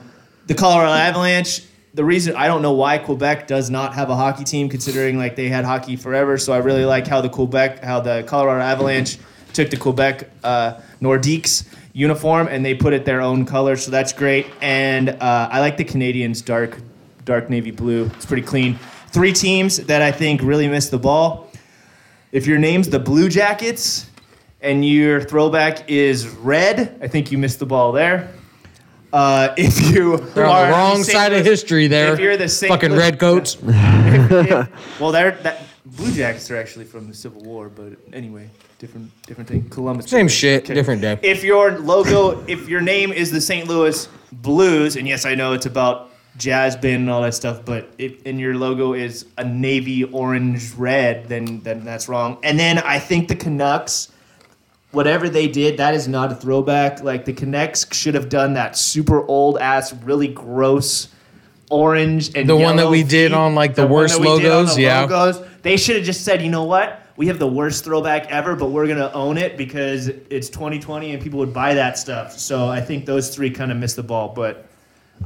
D: the Colorado Avalanche. The reason I don't know why Quebec does not have a hockey team, considering like they had hockey forever. So I really like how the Quebec, how the Colorado Avalanche took the Quebec uh, Nordiques uniform and they put it their own color. So that's great. And uh, I like the Canadians dark, dark navy blue. It's pretty clean. Three teams that I think really missed the ball if your name's the Blue Jackets and your throwback is red, I think you missed the ball there. Uh, if you
E: They're
D: are
E: on the wrong
D: St.
E: side of
D: Louis-
E: history there.
D: If you're the St.
E: fucking
D: Louis-
E: redcoats.
D: well, they're that, Blue Jackets are actually from the Civil War, but anyway, different different thing. Columbus.
E: Same shit, different day.
D: If your logo, if your name is the St. Louis Blues, and yes, I know it's about jazz band and all that stuff, but if and your logo is a navy orange red, then then that's wrong. And then I think the Canucks whatever they did, that is not a throwback. Like the Canucks should have done that super old ass, really gross orange and
E: The one that
D: yellow
E: we did
D: feet.
E: on, like, the
D: one
E: worst
D: that we did on
E: logos,
D: the
E: yeah.
D: logos. They should have just said, you know what? We have the worst throwback ever, but we're gonna own it because it's 2020 and people would buy that stuff. So I think those three kind of missed the ball, but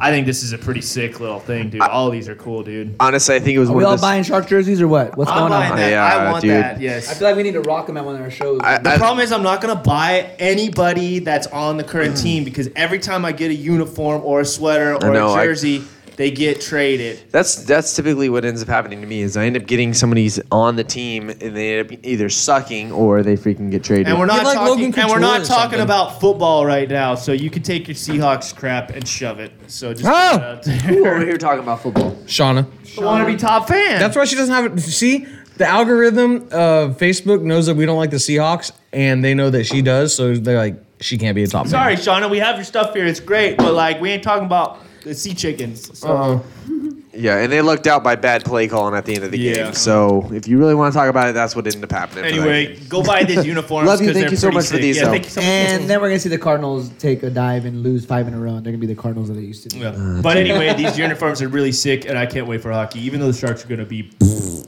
D: I think this is a pretty sick little thing, dude. All these are cool, dude.
C: Honestly, I think it was
B: Are
C: one
B: we
C: of
B: all
C: the.
B: buying shark jerseys or what? What's
D: I'm
B: going
D: buying
B: on?
D: that.
C: Yeah,
D: I want
C: dude.
D: that. Yes.
B: I feel like we need to rock them at one of our shows.
C: I-
D: The problem is I'm not gonna buy anybody that's on the current team because every time I get a uniform or a sweater or
C: know,
D: a
C: I-
D: jersey, they get traded.
C: That's that's typically what ends up happening to me is I end up getting somebody's on the team and they end up either sucking or they freaking get traded.
D: And we're not
E: like
D: talking.
E: Logan
D: and we're
E: Couture
D: not
E: or
D: talking
E: something.
D: about football right now, so you can take your Seahawks crap and shove it. So just
E: Oh!
C: over here talking about football.
E: Shauna.
D: want to be top fan.
E: That's why she doesn't have it. See, the algorithm of Facebook knows that we don't like the Seahawks, and they know that she does, so they're like, she can't be a top.
D: Sorry, Shauna, we have your stuff here. It's great, but like we ain't talking about the sea chickens.
C: Oh.
D: So.
E: Uh,
C: Yeah, and they lucked out by bad play calling at the end of the
D: Yeah.
C: game. So if you really want to talk about it, that's what ended up happening. for that
D: Anyway,
C: game.
D: go buy these uniforms.
C: Love you,
D: 'cause
C: thank
D: they're
C: you so
D: pretty
C: much for
D: sick.
C: these,
D: Yeah,
C: though.
D: thank you so much.
B: And then we're gonna see the Cardinals take a dive and lose five in a row. And they're gonna be the Cardinals that they used to be.
D: Yeah. But anyway, these uniforms are really sick, and I can't wait for hockey. Even though the Sharks are going to be, you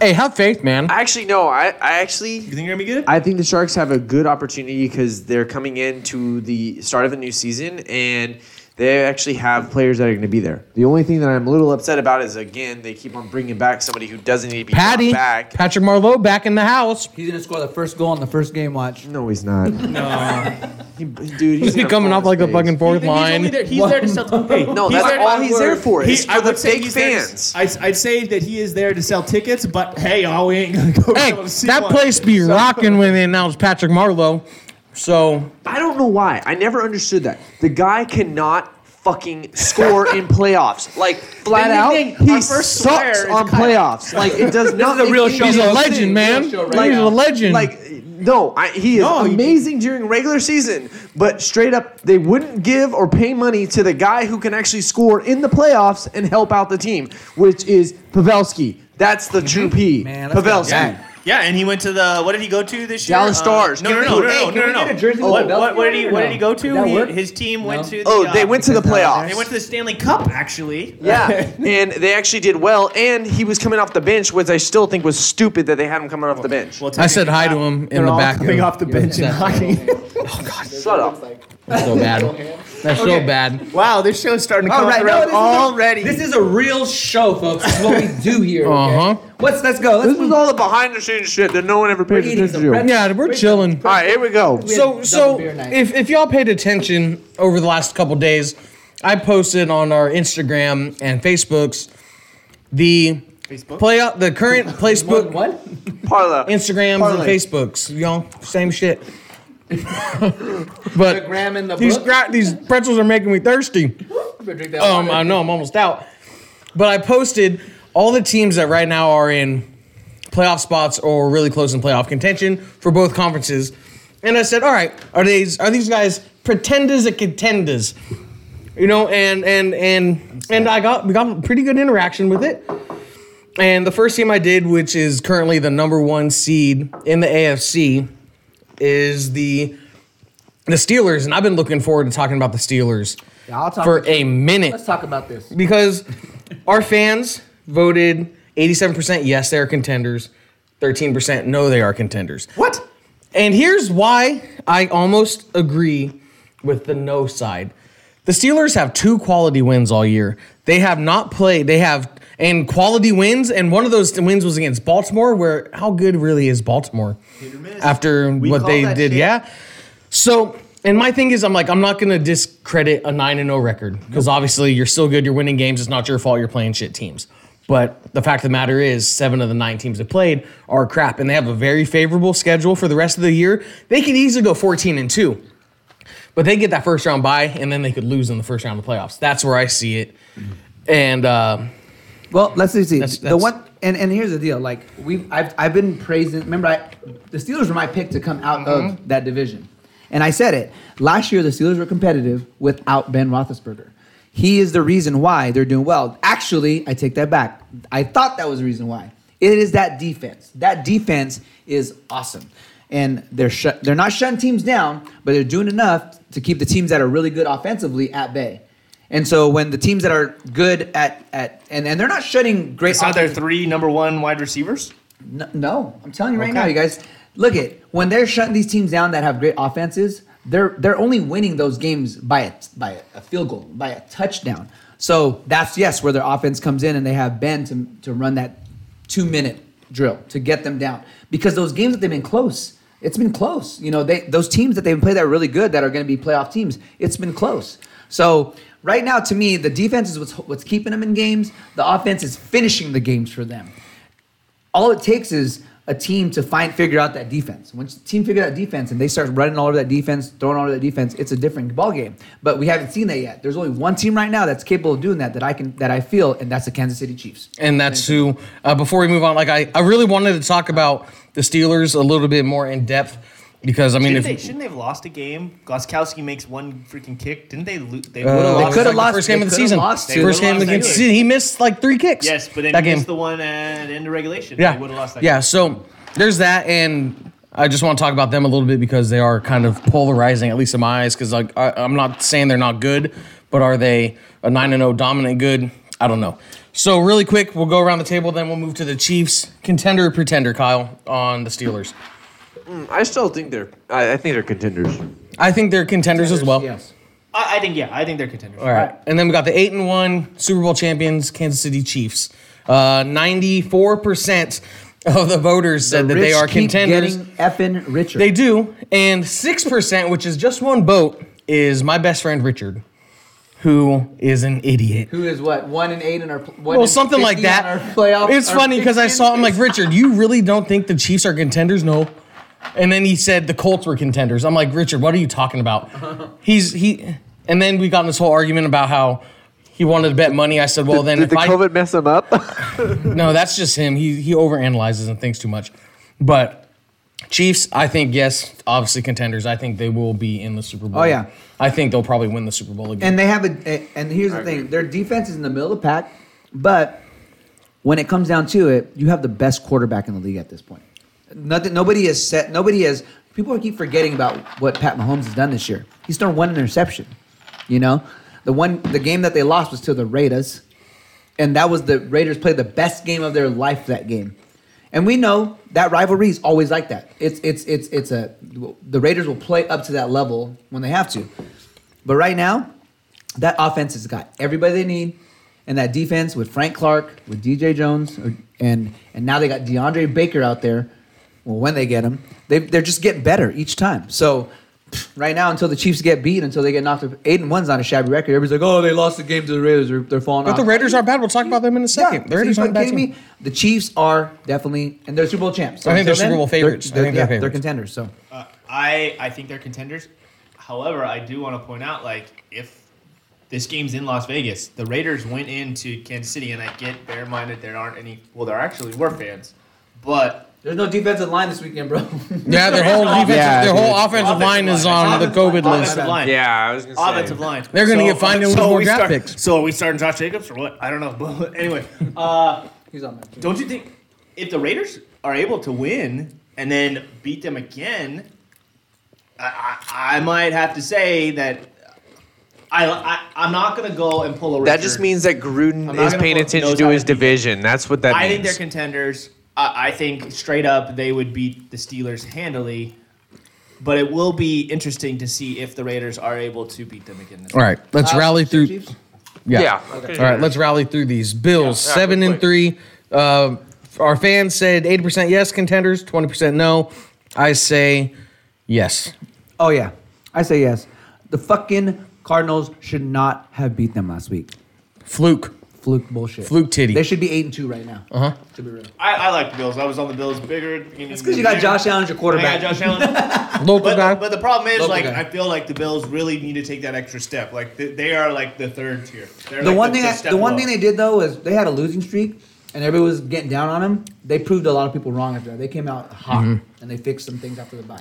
E: hey, have faith, man.
C: actually, no, I, I actually
D: think you're going to be good?
C: I think the Sharks have a good opportunity because they're coming into the start of a new season and they actually have players that are going to be there. The only thing that I'm a little upset about is again they keep on bringing back somebody who doesn't need to be brought
E: Patty,
C: back.
E: Patrick Marlowe back in the house.
B: He's gonna score the first goal on the first game watch.
C: No, he's not. no, he, dude, he's
E: He's
C: gonna
E: coming
C: fall
E: off
C: on
E: like the
C: his
E: fucking
C: face.
E: fourth
D: He's, only
E: line.
D: there, he's there to sell. Hey,
C: No,
D: he's
C: that's
D: there to-
C: all he's there for.
D: He-
C: It's for the
D: say
C: big
D: he's there to-
C: fans.
D: I, I'd say that he is there to sell tickets, but hey, all we ain't gonna go.
E: Hey,
D: go see
E: that
D: one.
E: place be rocking when they announced Patrick Marlowe. So
C: I don't know why. I never understood that. The guy cannot fucking score in playoffs. Like flat
D: Ding,
C: out,
D: ding, ding. Our
C: he
D: first
C: sucks
D: swear is
C: on
D: Kyle.
C: playoffs. Like it does not. This is a real
E: he's a legend, man.
C: Like-
E: he's a legend.
C: Like no, I, he is
D: No, he-
C: amazing during regular season, but straight up they wouldn't give or pay money to the guy who can actually score in the playoffs and help out the team, which is Pavelski. That's the true
D: Mm-hmm.
C: P.
B: Man, let's go.
C: Pavelski.
B: Yeah.
D: Yeah, and he went to the. What did he go to this year? Uh,
C: Dallas Stars.
D: No, no,
C: Can
D: no,
C: we-
D: no, no,
B: hey, can
D: no,
B: we
D: no.
B: get a jersey
D: no. What,
B: with
D: what, what did he?
B: Belfast on it
D: What
B: or
D: did he go to?
B: no? Did that
D: He-
B: work?
D: his team went to. The,
C: Oh, they
D: uh,
C: went to the playoffs.
D: They went to the Stanley Cup, actually.
C: Yeah, and they actually did well, and he was coming off the bench, which I still think was stupid that they had him coming off the bench.
D: Well,
E: I said hi to him in
D: they're
E: the
D: all
E: back.
D: coming
E: of-
D: off the bench in hockey.
C: Shut up.
E: That's so bad. That's so bad.
D: Wow, this show's starting to come
B: All right, no,
D: around
B: this
D: already.
B: Is a, this is a real show, folks. This is what we do here.
E: Uh-huh.
B: Okay? What's let's go. Let's
C: This was all the behind the scenes shit that no one ever
B: We're
C: paid
B: eating
C: attention
B: some
C: to. All
B: breakfast.
E: Yeah, we're chilling.
C: right, here we go.
B: had
E: so
B: double
E: so
B: beer night.
E: if, if y'all paid attention over the last couple days i posted on our instagram and facebooks the
D: Facebook?
E: playoff the current facebook
B: One, what?
C: Parla.
E: instagrams and
C: Parlay.
E: facebooks y'all same shit but
B: The gram in the
E: these,
B: book?
E: gra- these pretzels are making me thirsty
B: Better drink that
E: um,
B: water.
E: I know I'm almost out. But I posted all the teams that right now are in playoff spots or really close in playoff contention for both conferences. And I said, all right, are these are these guys pretenders or contenders? You know, and and and and I got we got a pretty good interaction with it. And the first team I did, which is currently the number one seed in the AFC, is the the Steelers, and I've been looking forward to talking about the Steelers
B: Yeah, I'll talk
E: for
B: with you.
E: a minute
B: Let's talk about this.
E: because our fans voted 87% yes, they're contenders, 13% no, they are contenders.
C: What?
E: And here's why I almost agree with the no side. The Steelers have two quality wins all year. They have not played, they have, and quality wins, and one of those wins was against Baltimore, where how good really is Baltimore after what
C: called
E: they
C: that
E: did?
C: shit.
E: Yeah. So, and my thing is, I'm like, I'm not going to discredit a 9 0 record because obviously you're still good, you're winning games, it's not your fault, you're playing shit teams. But the fact of the matter is, seven of the nine teams that played are crap, and they have a very favorable schedule for the rest of the year. They could easily go 14 and 2, but they get that first round bye, and then they could lose in the first round of the playoffs. That's where I see it. And uh,
B: Well, let's see. see.
E: That's-
B: the
E: that's-
B: one, and, and here's the deal. Like we, I've, I've been praising. Remember, I, the Steelers were my pick to come out
D: Mm-hmm.
B: of that division, and I said it last year. The Steelers were competitive without Ben Roethlisberger. He is the reason why they're doing well. Actually, I take that back. I thought that was the reason why. It is that defense. That defense is awesome, and they're shut. They're not shutting teams down, but they're doing enough to keep the teams that are really good offensively at bay. And so when the teams that are good at at and, and they're not shutting great
D: It's not their
B: offense-
D: three number one wide receivers.
B: no, no, I'm telling you right
D: Okay.
B: now, you guys. Look at when they're shutting these teams down that have great offenses. They're they're only winning those games by a, by a field goal, by a touchdown. So that's yes, where their offense comes in, and they have Ben to to run that two minute drill to get them down because those games that they've been close. It's been close. You know, they those teams that they've played that are really good that are going to be playoff teams. It's been close. So right now, to me, the defense is what's what's keeping them in games. The offense is finishing the games for them all it takes is a team to find figure out that defense. Once the team figures out defense and they start running all over that defense, throwing all over that defense, it's a different ball game. But we haven't seen that yet. There's only one team right now that's capable of doing that that I can that I feel, and that's the Kansas City Chiefs.
E: and that's who. Uh, before we move on, like I, I really wanted to talk about the Steelers a little bit more in depth because I mean,
D: Didn't
E: if
D: they, shouldn't they have lost a game? Goskowski makes one freaking kick. Didn't they? Lo- they
E: Uh,
D: would have
E: they
D: lost.
E: could have
B: like, the
E: lost
B: first
E: game
B: game
E: of
B: of
E: the
B: they
E: season.
B: could've lost to-
E: First
D: they
E: game
D: would've
E: against
D: lost
E: the season, he missed like three kicks.
D: Yes, but then
E: that
D: he
E: game.
D: missed the one at end of regulation. They would have
E: yeah,
D: lost that
E: yeah.
D: game.
E: So there's that, and I just want to talk about them a little bit because they are kind of polarizing, at least in my eyes. Because like I, I'm not saying they're not good, but are they a nine and zero dominant good? I don't know. So really quick, we'll go around the table, then we'll move to the Chiefs contender or pretender. Kyle on the Steelers.
C: I still think they're. I, I think they're contenders.
E: I think they're contenders as well.
B: Yes.
D: I, I think yeah, I think they're contenders.
E: All right. And then we got the eight and one Super Bowl champions, Kansas City Chiefs. Uh, Ninety-four percent of the voters said that they
B: Rich
E: are
B: keep
E: contenders.
B: Getting effing richer.
E: They do, and six percent, which is just one vote, is my best friend Richard, who is an idiot.
B: Who is what one and eight in our pl- one
E: Well,
B: and
E: something like
B: 50 on
E: that.
B: our playoff-
E: it's
B: our
E: funny because I
B: 15.
E: saw. I'm like, Richard, you really don't think the Chiefs are contenders? No. And then he said the Colts were contenders. I'm like, Richard, what are you talking about? He's he. And then we got in this whole argument about how he wanted to bet money. I said, well, then
C: Did
E: if
C: the
E: I
C: COVID mess them up?
E: no, that's just him. He he overanalyzes and thinks too much. But Chiefs, I think yes, obviously contenders. I think they will be in the Super Bowl.
B: Oh, yeah.
E: I think they'll probably win the Super Bowl again.
B: And they have a, a- and here's the thing: their defense is in the middle of the pack, but when it comes down to it, you have the best quarterback in the league at this point. Nothing, nobody has set. Nobody has. People keep forgetting about what Pat Mahomes has done this year. He's thrown one interception. You know, the one the game that they lost was to the Raiders, and that was the Raiders played the best game of their life that game. And we know that rivalry is always like that. It's it's it's it's a the Raiders will play up to that level when they have to. But right now, that offense has got everybody they need, and that defense with Frank Clark, with DJ Jones, or- and and now they got DeAndre Baker out there. Well, when they get him, they they're just getting better each time. So. pff, Right now, until the Chiefs get beat, until they get knocked up, eight and one's not a shabby record. Everybody's like, "Oh, they lost the game to the Raiders. They're, they're falling
E: but
B: off."
E: the Raiders aren't bad. We'll talk about them in a
B: uh,
E: second.
B: Yeah.
E: the Raiders
B: so you
E: aren't a bad.
B: kidding
E: team.
B: me? The Chiefs are definitely, and they're Super Bowl champs. So
E: I think they're
B: until
E: Super Bowl
B: they're-
E: favorites. I
B: They're,
E: think they're
B: yeah, they're
E: favorites.
B: contenders. So
D: Uh, I I think they're contenders. However, I do want to point out like if this game's in Las Vegas, the Raiders went into Kansas City, and I get bear in mind that there aren't any. Well, there actually were fans, but
B: there's no defensive line this weekend, bro.
E: Yeah, their whole defense,
C: Yeah,
E: their
C: dude.
E: whole offensive line is on the
D: Offensive
E: COVID
D: line.
E: list.
D: Offensive line.
C: yeah, I was gonna
D: Offensive line.
E: They're gonna
D: So-
E: get fined and lose
D: so
E: more
D: we
E: draft
D: start-
E: picks.
D: So are we starting Josh Jacobs or what? I don't know. But anyway, uh,
B: He's on that. team.
D: don't you think if the Raiders are able to win and then beat them again, I- I, I, I might have to say that I, I I'm not gonna go and pull a.
C: That
D: Richard.
C: just means that Gruden
D: I'm not
C: is
D: gonna
C: paying
D: put
C: attention
D: nose
C: to
D: out
C: his
D: of the-
C: division. That's what that
D: I think
C: means.
D: they're contenders. I, I think straight up they would beat the Steelers handily. But it will be interesting to see if the Raiders are able to beat them again. This
E: All right, let's
D: Uh,
E: rally through. Yeah.
C: yeah.
E: All right, let's rally through these. Bills
C: Yeah, yeah,
E: seven
C: real
E: and three. Uh, our fans said eighty percent yes, contenders twenty percent no. I say yes.
B: Oh yeah, I say yes. The fucking Cardinals should not have beat them last week.
E: Fluke.
B: Fluke bullshit.
E: Fluke titty. Uh-huh.
B: They should be eight and two right now. Uh huh. To be real.
D: I, I like the Bills. I was on the Bills bigger. It's
B: 'cause you got Josh Allen as your quarterback.
D: I got Josh Allen.
E: Local
D: but,
E: guy.
D: but the problem is,
B: Local
D: like,
B: guy.
D: I feel like the Bills really need to take that extra step. Like, th- they are like the third tier. They're,
B: The
D: like,
B: one thing,
D: the
B: I,
D: step
B: the one
D: below.
B: thing they did though was they had a losing streak, and everybody was getting down on them. They proved a lot of people wrong after that. They came out hot
E: Mm-hmm.
B: and they fixed some things after the bye.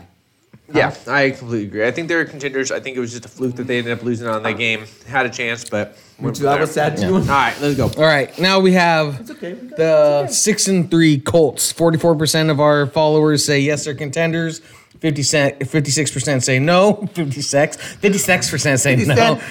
C: Yeah, I completely agree. I think they're contenders. I think it was just a fluke that they ended up losing on that game. Had a chance, but went
B: So that was sad too.
C: All right, let's go.
E: All right, now we have
B: okay, we got-
E: the six and three Colts. Forty-four percent of our followers say yes, they're contenders. 56 percent say no. 56 56 percent say no.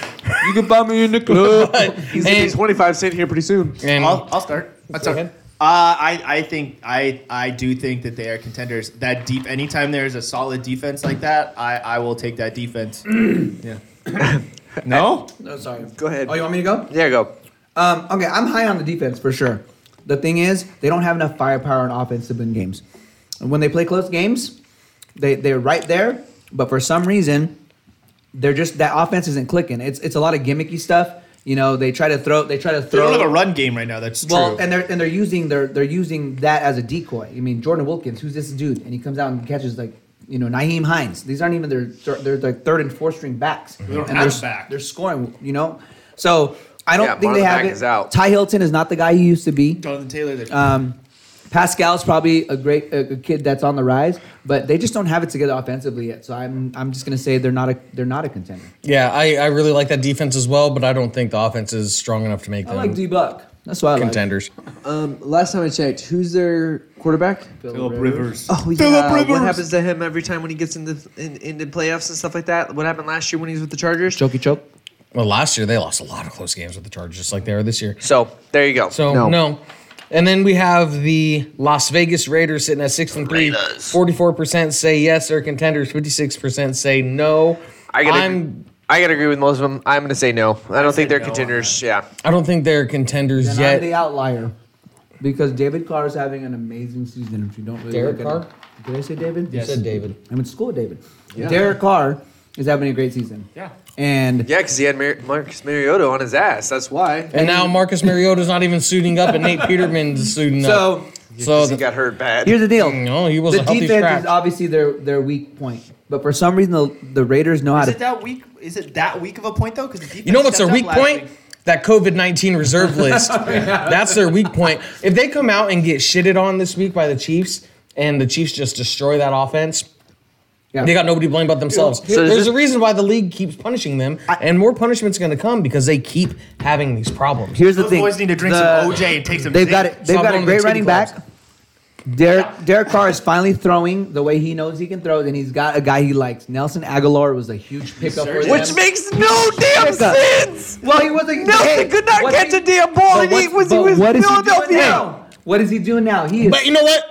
C: You can buy me in the club. He's gonna be
E: And-
C: 25 cent here pretty soon.
E: And
D: I'll, I'll start. That's okay. Uh, I, I think I I do think that they are contenders. That deep anytime there's a solid defense like that, I, I will take that defense. yeah. no?
B: No, sorry.
C: Go ahead.
B: Oh, you want me to go?
C: Yeah, go.
B: Um, okay, I'm high on the defense for sure. The thing is, they don't have enough firepower on offense to win games. And when they play close games, they they're right there, but for some reason, they're just that offense isn't clicking. It's it's a lot of gimmicky stuff. You know, they try to throw they try to
D: They
B: throw
D: don't have a run game right now. That's true.
B: well, and they're and they're using their they're using that as a decoy. I mean, Jordan Wilkins, who's this dude, and he comes out and catches like you know Naheem Hines. These aren't even their thir- they're like third and fourth string backs. They
D: don't
B: and
D: have
B: they're, s-
D: back.
B: They're scoring, you know. So I don't
C: Yeah,
B: think
C: one of
B: they
C: the
B: have
C: back
B: it.
C: is out.
B: Ty Hilton is not the guy he used to be.
D: Jonathan Taylor. they're-
B: Um, Pascal's probably a great a, a kid that's on the rise, but they just don't have it together offensively yet. So I'm I'm just gonna say they're not a they're not a contender.
E: yeah, I, I really like that defense as well, but I don't think the offense is strong enough to make
B: I
E: them
B: like D Buck. That's why I
E: contenders.
G: Um, last time I checked, who's their quarterback?
B: like
D: Phillip Rivers.
G: Oh,
D: Phillip
G: yeah.
D: Rivers.
C: What happens to him every time when he gets into in, into playoffs and stuff like that? What happened last year when he was with the Chargers?
B: Chokey choke.
E: Well, last year they lost a lot of close games with the Chargers, just like they are this year.
C: So there you go.
E: So no. And then we have the Las Vegas Raiders sitting at six and three. Forty-four percent say yes, they're contenders. Fifty-six percent say no.
C: I gotta,
E: I'm-
C: I gotta agree with most of them. I'm gonna say no. I don't think they're
D: no on
C: contenders. Yeah,
E: I don't think they're contenders
B: And
E: yet.
B: I'm the outlier because David Carr is having an amazing season. If you don't really
E: Derek
B: look
E: Carr?
B: at it, did I say David? Yes,
E: said David.
B: I'm in school, with David. Derek Carr is having a great season. Yeah, and
C: yeah, because he had Mar- Marcus Mariota on his ass. That's why.
E: And now Marcus Mariota's not even suiting up, and Nate Peterman's suiting
B: so
E: up.
C: So
E: So
C: he
E: the,
C: got hurt bad.
B: here's the deal.
E: no, he was
B: The
E: a Mm, healthy
B: defense
E: scratch.
B: is obviously their their weak point, but for some reason the, the Raiders know how
D: Is
B: to
D: it that weak? Is it that weak of a point though? Because
E: You know what's their weak point? That COVID 19 reserve list. That's their weak point. If they come out and get shitted on this week by the Chiefs and the Chiefs just destroy that offense,
B: Yeah.
E: they got nobody to blame but themselves.
C: does
E: There's
C: this-
E: a reason why the league keeps punishing them, and more punishment's going to come because they keep having these problems.
B: Here's the
D: Those
B: thing.
D: boys need to drink
B: The-
D: some OJ and take some.
B: They've got
D: Zig.
B: it. They've
E: So I'm
B: got
E: going
B: a
E: to
B: great
E: the
B: running
E: titty clubs.
B: back. Derek Derek Carr is finally throwing the way he knows he can throw, and he's got a guy he likes. Nelson Aguilar was a huge pickup for them.
C: Which makes no damn
B: Pickup.
C: sense.
B: well, he wasn't.
C: Nelson
B: hey,
C: could not
B: what
C: catch
B: he-
C: a damn ball,
B: but
C: and he
B: what's-
C: was he
B: but
C: was
B: what is he doing
C: Philadelphia.
B: now? What is he doing now? He is.
E: But you know what?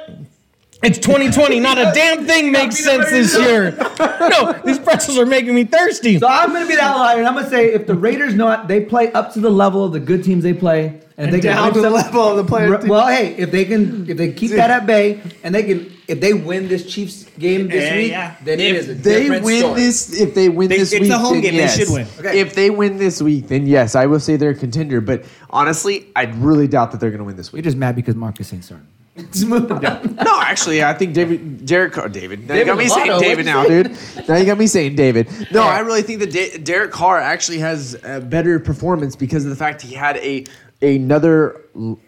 E: It's 2020. Not a damn thing makes sense this year. No, these pretzels are making me thirsty.
B: so I'm gonna be the outlier, and I'm gonna say if the Raiders not, they play up to the level of the good teams they play, and, they
D: down
B: can
D: to
B: win
D: the
B: some-
D: level of the player.
B: Re- Well, hey, if they can, if they keep that at bay, and they can, if they win this Chiefs game this
D: Yeah,
B: week,
D: yeah.
B: then it
D: If
B: is a
G: They
B: different
G: win
B: story.
G: this if they win
D: They-
G: this
D: it's
G: week.
D: a home
G: then
D: game, they
G: yes.
D: should win.
B: Okay.
G: If they win this week, then yes, I will say they're a contender. But honestly, I really doubt that they're going to win this
B: You're
G: week.
B: just mad because Marcus ain't starting. Let's move on.
G: no, actually, I think David, Derek, Carr, David. Now you got me
B: David Lotto,
G: saying David now, dude. Now you got me saying David. No,
E: right.
G: I really think that Da- Derek Carr actually has a better performance because of the fact he had a another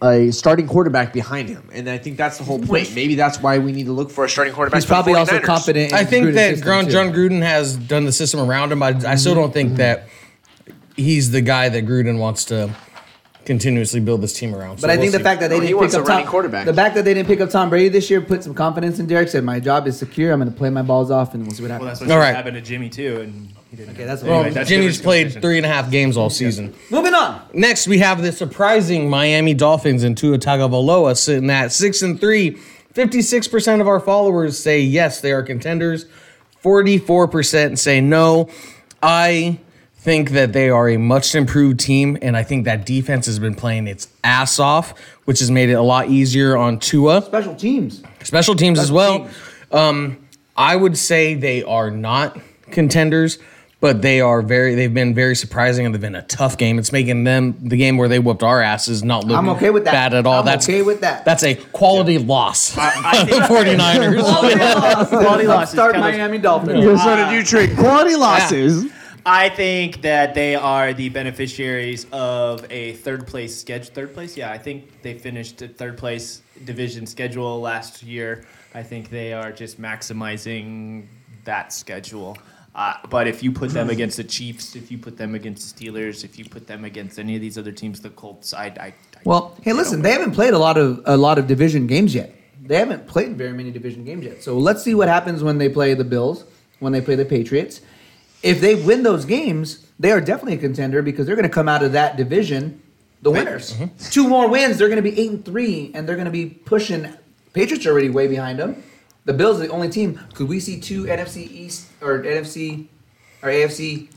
G: a starting quarterback behind him, and I think that's the whole point. Maybe that's why we need to look for a starting quarterback.
B: He's
G: for the
B: probably also
G: 49ers.
B: confident. In
E: I think
B: Gruden's
E: that
B: system,
E: Gron-
B: too.
E: John Gruden has done the system around him. I, I still don't think that he's the guy that Gruden wants to continuously build this team around. So
B: But I
E: we'll
B: think the
E: see.
B: fact that they
G: No, Oh, he
B: didn't pick
G: wants a
B: up
G: running
B: Tom,
G: quarterback.
B: the fact that they didn't pick up Tom Brady this year put some confidence in Derek. Said my job is secure. I'm going to play my balls off, and we'll see what
D: Well, that's
B: happens.
D: what
E: All
D: should
E: right.
D: happened to Jimmy too, and he didn't.
B: Okay, that's what-
E: Well,
B: Anyway,
E: Jimmy's
D: different
E: Um, played
D: conversation.
E: three and a half games all season.
B: Moving on.
E: Next, we have the surprising Miami Dolphins and Tua Tagovailoa sitting at six and three. 56% of our followers say yes, they are contenders. 44% say no. I think that they are a much improved team, and I think that defense has been playing its ass off, which has made it a lot easier on Tua.
B: Special teams.
E: Special teams as well.
B: teams.
E: Um, I would say they are not contenders, but they are very. They've been very surprising, and they've been a tough game. It's making them the game where they whooped our asses not look
B: I'm okay with that.
E: bad at all.
B: I'm
E: that's
B: okay with that.
E: That's a quality loss.
D: I think-
E: 49ers.
D: Quality losses
B: Start
D: count as-
B: Miami Dolphins.
G: You're starting a new trick. Quality losses.
D: I think that they are the beneficiaries of a third place schedule. Third place, yeah. I think they finished at third place division schedule last year. I think they are just maximizing that schedule. Uh, but if you put them
C: Hmm.
D: against the Chiefs, if you put them against the Steelers, if you put them against any of these other teams, the Colts, I, I, I
B: Well, hey, listen, they haven't played a lot of a lot of division games yet. They haven't played very many division games yet. So let's see what happens when they play the Bills, when they play the Patriots. If they win those games, they are definitely a contender because they're going to come out of that division the winners. Two more wins, they're going to be eight and three, and they're going to be pushing. Patriots are already way behind them. The Bills are the only team. Could we see two NFC East or NFC or AFC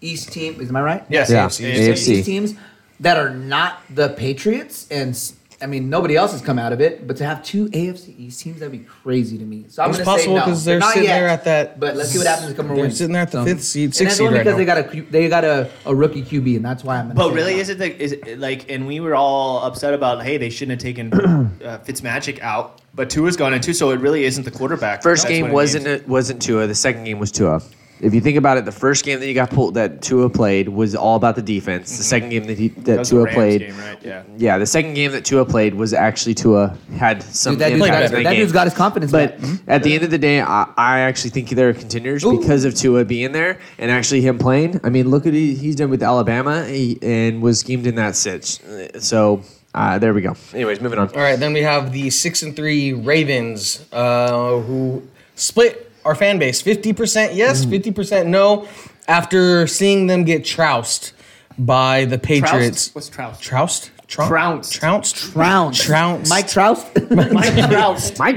B: East team? Am I right?
E: yes,
G: Yeah.
E: AFC.
D: AFC.
B: AFC. These teams that are not the Patriots and s- I mean nobody else has come out of it, but to have two AFC East teams that'd be crazy to me. So I'm
E: It's
B: gonna say
E: possible
B: no.
E: because they're
B: Not
E: sitting
B: yet,
E: there at that.
B: But let's see what happens. Come
E: They're sitting there at the fifth seed,
B: and
E: sixth
B: that's
E: seed
B: only
E: right
B: because
E: now.
B: they got a Q- they got a, a rookie QB, and that's why I'm. Gonna
D: But
B: say
D: really,
B: no.
D: is it the, is it like, and we were all upset about, hey, they shouldn't have taken uh, Fitzmagic out, but Tua's gone in too, so it really isn't the quarterback.
C: First
D: That's
C: game
D: what it
C: wasn't
D: means.
C: wasn't Tua. The second game was Tua. If you think about it, the first game that you got pulled that Tua played was all about the defense. The second game that he that
D: Mm-hmm. That was the
C: Tua
D: Rams
C: played,
D: game, right? Yeah.
C: yeah, the second game that Tua played was actually Tua had some
B: Dude, that, dude's
C: impact
B: got,
C: in that
B: that
C: game.
B: dude's got his confidence
C: But
B: back. Mhm.
C: at the end of the day, I, I actually think they're contenders
B: Ooh.
C: because of Tua being there and actually him playing. I mean, look at he, he's done with Alabama he, and was schemed in that sitch. So uh, there we go. Anyways, moving on.
E: All right, then we have the six and three Ravens, uh, who split our fan base fifty percent
B: Mm.
E: yes, fifty percent no. After seeing them get trounced by the Patriots,
D: What's Troust?
E: trounced, Trou-
D: Trounced.
E: trounced,
B: Trounced.
E: trounced.
B: Mike Troust,
D: Mike Troust.
C: Mike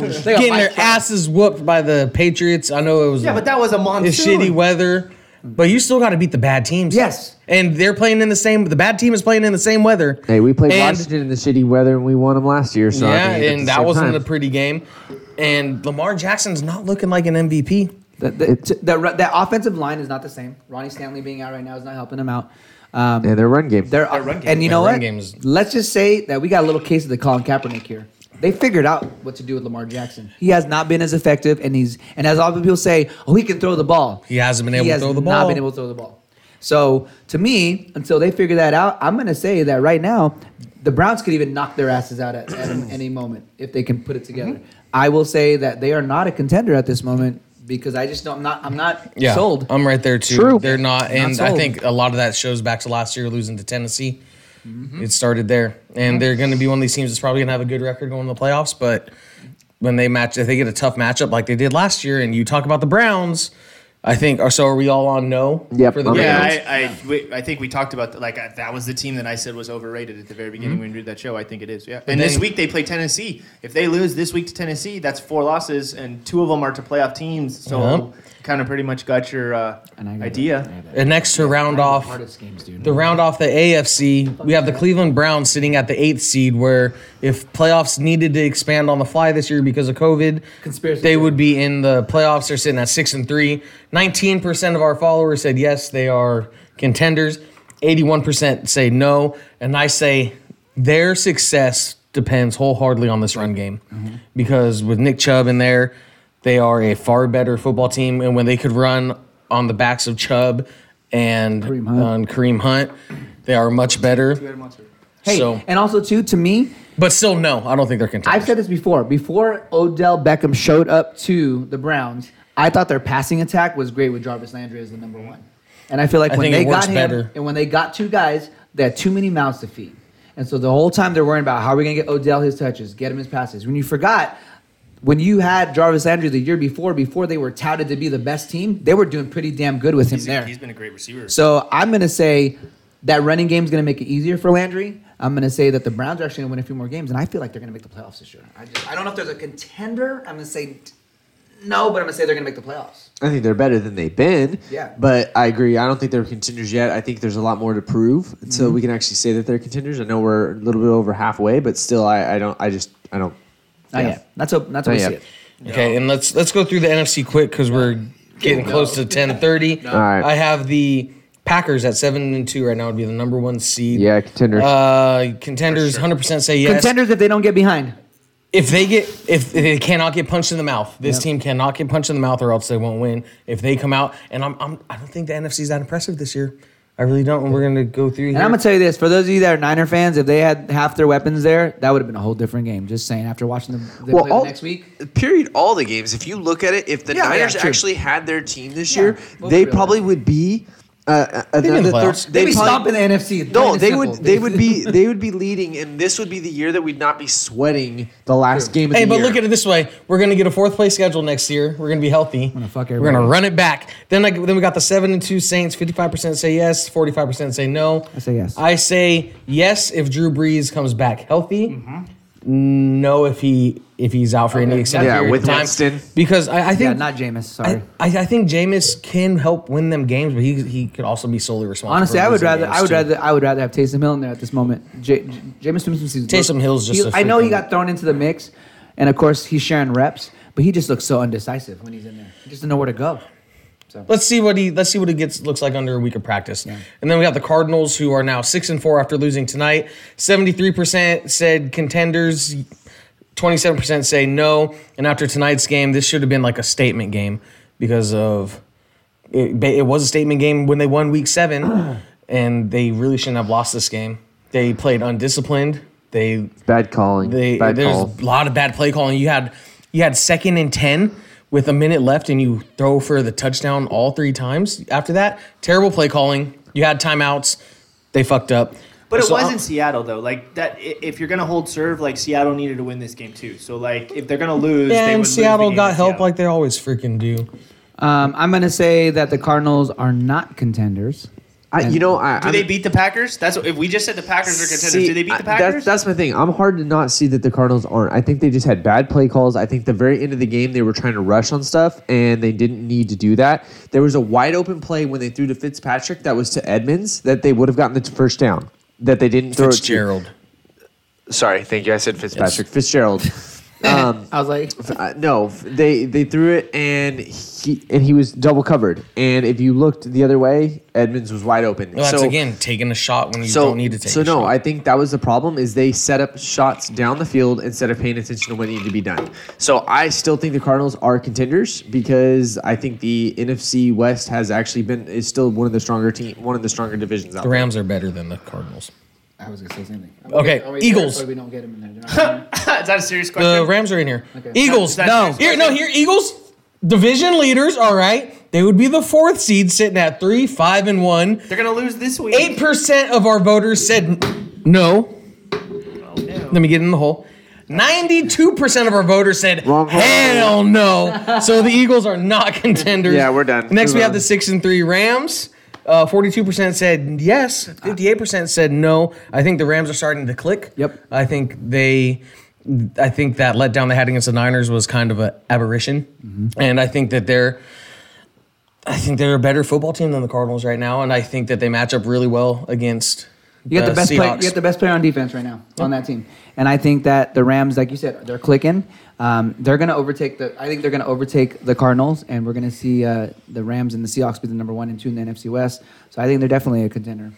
B: They got
E: getting
B: Mike
E: their
B: Trout.
E: asses whooped by the Patriots. I know it was
D: Yeah, but that was a monsoon.
E: it's shitty weather, but you still got to beat the bad teams.
B: Yes.
E: and they're playing in the same. The bad team is playing in the same weather.
C: Hey, we played
E: And-
C: Washington in the shitty weather and we won them last year. So I
E: yeah,
C: mean, at the
E: and that
C: same
E: wasn't
C: time.
E: a pretty game. And Lamar Jackson's not looking like an MVP.
B: That, that, that, ru- that offensive line is not the same. Ronnie Stanley being out right now is not helping him out. Um,
C: yeah, their run game.
B: Their, and you
E: Their
B: know
E: run
B: what?
E: game is-
B: Let's just say that we got a little case of the Colin Kaepernick here. They figured out what to do with Lamar Jackson. He has not been as effective, and he's and as often people say, oh, he can throw the ball.
E: He hasn't been able to throw the
B: Not
E: ball.
B: been able to throw the ball. So to me, until they figure that out, I'm going to say that right now, the Browns could even knock their asses out at, at any moment if they can put it together.
E: Mm-hmm.
B: I will say that they are not a contender at this moment because I just don't. I'm not. I'm not
E: Yeah, Um,
B: sold.
E: I'm right there too.
C: True.
E: They're not, and I
B: sold.
E: think a lot of that shows back to last year losing to Tennessee.
B: Mm-hmm.
E: It started there, and they're going to be one of these teams that's probably going to have a good record going to the playoffs. But when they match, if they get a tough matchup like they did last year, and you talk about the Browns, I think. So are we all on no?
C: Yep,
E: for the
C: I'm
E: Browns.
C: in.
D: Yeah, I, I, we, I think we talked about that. Like uh, that was the team that I said was overrated at the very beginning when we did that show. I think it is. Yeah. And, this
E: then-
D: week they play Tennessee. If they lose this week to Tennessee, that's four losses, and two of them are to playoff teams. So kind of pretty much got your uh, idea.
E: And next to round off the round off the AFC, we have the Cleveland Browns sitting at the eighth seed. Where if playoffs needed to expand on the fly this year because of COVID,
B: Conspiracy
E: they
B: theory.
E: would be in the playoffs. They're sitting at six and three. Nineteen percent of our followers said yes, they are contenders. Eighty-one percent say no, and I say their success depends wholeheartedly on this run game, because with Nick Chubb in there, they are a far better football team. And when they could run on the backs of Chubb and
B: Kareem Hunt.
E: on Kareem Hunt, they are much better.
B: Hey,
E: So-
B: and also too, to me,
E: But still, no, I don't think they're
B: I've
E: contenders.
B: said this before. Before Odell Beckham showed up to the Browns, I thought their passing attack was great with Jarvis Landry as the number one. And I feel like
E: I
B: when
E: think it
B: they got
E: works
B: him
E: better.
B: and when they got two guys, they had too many mouths to feed. And so the whole time they're worrying about how are we gonna get Odell his touches, get him his passes. When you forgot, when you had Jarvis Landry the year before, before they were touted to be the best team, they were doing pretty damn good with him
D: He's,
B: there.
D: he's been a great receiver.
B: So I'm gonna say that running game is gonna make it easier for Landry. I'm gonna say that the Browns are actually gonna win a few more games, and I feel like they're gonna make the playoffs this year. I, just, I don't know if there's a contender. I'm gonna say no, but I'm gonna say they're gonna make the playoffs.
G: I think they're better than they've been.
B: Yeah.
G: But I agree. I don't think they're contenders yet. I think there's a lot more to prove until
B: Mm-hmm.
G: we can actually say that they're contenders. I know we're a little bit over halfway, but still, I, I don't. I just I don't.
B: Not
G: Yeah.
B: yet. That's hope. That's how
G: Not
B: we
G: yet.
B: see it.
E: Okay, and let's let's go through the NFC quick because we're getting close to ten thirty.
G: All right.
E: I have the Packers at seven and two right now would be the number one seed.
G: Yeah, contenders.
E: Uh, contenders, hundred percent say yes.
B: Contenders if they don't get behind.
E: if they get if they cannot get punched in the mouth, this team cannot get punched in the mouth, or else they won't win. If they come out, and I'm, I'm I don't think the NFC's that impressive this year. I really don't. And we're gonna go through. Here.
B: And I'm gonna tell you this: for those of you that are Niner fans, if they had half their weapons there, that would have been a whole different game. Just saying. After watching them, they play the next week.
C: Period. All the games. If you look at it, if the
B: Yeah,
C: Niners
B: yeah, true.
C: actually had their team this
B: Yeah,
C: year,
B: we'll
C: they
B: figure it
C: probably would be. Uh, uh,
E: They'd be in
C: another
E: the
C: third,
E: playoffs.
B: They'd be
C: probably-
B: stomping the NFC. plain
C: No,
B: and
C: they
B: simple.
C: would. They would be. They would be leading, and this would be the year that we'd not be sweating
G: the last game of
E: Hey,
G: the
E: but
G: year.
E: look at it this way: we're gonna get a fourth place schedule next year. We're gonna be healthy. We're gonna
B: fuck
E: We're
B: everybody.
E: gonna run it back. Then, like, then we got the seven and two Saints. Fifty-five percent say yes. Forty-five percent say no. I
B: say yes.
E: I say yes if Drew Brees comes back healthy.
B: Mm-hmm.
E: No, if he if he's out for any extended
G: Yeah,
E: period
G: with
E: of time.
G: Winston.
E: Because I, I think
B: Yeah, not Jameis. Sorry.
E: I, I, I think Jameis can help win them games, but he he could also be solely responsible.
B: Honestly,
E: for
B: I would
E: losing
B: rather,
E: games,
B: I would
E: too.
B: rather, I would rather have Taysom Hill in there at this moment. J- J- Jameis Winston's
E: Taysom Hill's just a
B: I know he
E: freaking-
B: got thrown into the mix, and of course he's sharing reps, but he just looks so undecisive when he's in there. He just doesn't know where to go.
E: Let's see what he let's see what he gets looks like under a week of practice. And then we got the Cardinals who are now six and four after losing tonight. Seventy three percent said contenders. 27% say no. And after tonight's game, this should have been like a statement game because of it, ba- it was a statement game when they won week seven, and they really shouldn't have lost this game. They played undisciplined. They
G: bad calling.
E: They,
G: bad
E: there's
G: call.
E: a lot of bad play calling. You had you had second and ten with a minute left, and you throw for the touchdown all three times. After that, terrible play calling. You had timeouts. They fucked up.
D: But it
E: So,
D: was
E: I'm-
D: in Seattle though. Like that, i- if you're gonna hold serve, like Seattle needed to win this game too. So like, if they're gonna lose,
E: Yeah,
D: they would
E: and
D: lose the
E: Seattle
D: game
E: got
D: to
E: help
D: Seattle.
E: like they always freaking do.
B: Um, I'm gonna say that the Cardinals are not contenders.
G: I, you know, I,
D: Do
G: I'm-
D: they beat the Packers? That's what, if we just said the Packers are contenders.
G: See,
D: do they beat the
G: I-
D: Packers?
G: That's, that's my thing. I'm hard to not see that the Cardinals aren't. I think they just had bad play calls. I think the very end of the game they were trying to rush on stuff and they didn't need to do that. There was a wide open play when they threw to Fitzpatrick that was to Edmonds that they would have gotten the first down that they didn't throw
E: Fitzgerald.
C: Sorry, thank you. I said
G: it to Patrick
C: Fitzpatrick.
G: Fitzgerald. Um,
B: I was like,
G: uh, no, f- they they threw it and he and he was double covered. And if you looked the other way, Edmonds was wide open.
E: Well, that's
G: so,
E: again taking a shot when you
G: so,
E: don't need to take.
G: so
E: a
G: no,
E: shot.
G: I think that was the problem is they set up shots down the field instead of paying attention to what needed to be done. So I still think the Cardinals are contenders because I think the NFC West has actually been is still one of the stronger team, one of the stronger divisions out
E: the
G: there.
E: Rams are better than the Cardinals.
B: I was gonna say the same thing.
E: Okay,
B: Are we-
E: Eagles.
B: or We don't get him in there. They're not-
D: Is that a serious
E: The
D: question?
E: Rams are in here. Eagles,
D: That's-
E: no,
D: that's-
E: here, no, here, Eagles, division leaders. All right, they would be the fourth seed, sitting at three, five, and one.
D: they're gonna lose this week.
E: Eight percent of our voters said n- no. Let me get in the hole. Ninety-two percent of our voters said
G: Wrong hole.
E: hell no. So the Eagles are not contenders.
C: Yeah, we're done.
E: Next,
C: Move
E: we have
C: on.
E: the six and three Rams. Uh, 42% said yes. 58% said no. I think the Rams are starting to click.
B: Yep.
E: I think they. I think that letdown they had against the Niners was kind of an aberration,
C: Mm-hmm.
E: and I think that they're. I think they're a better football team than the Cardinals right now, and I think that they match up really well against.
B: You got the, best player.
E: Seahawks.
B: You got the best player on defense right now on that team, and I think that the Rams, like you said, they're clicking. Um, they're gonna overtake the. I think they're gonna overtake the Cardinals, and we're gonna see uh, the Rams and the Seahawks be the number one and two in the NFC West. So I think they're definitely a contender.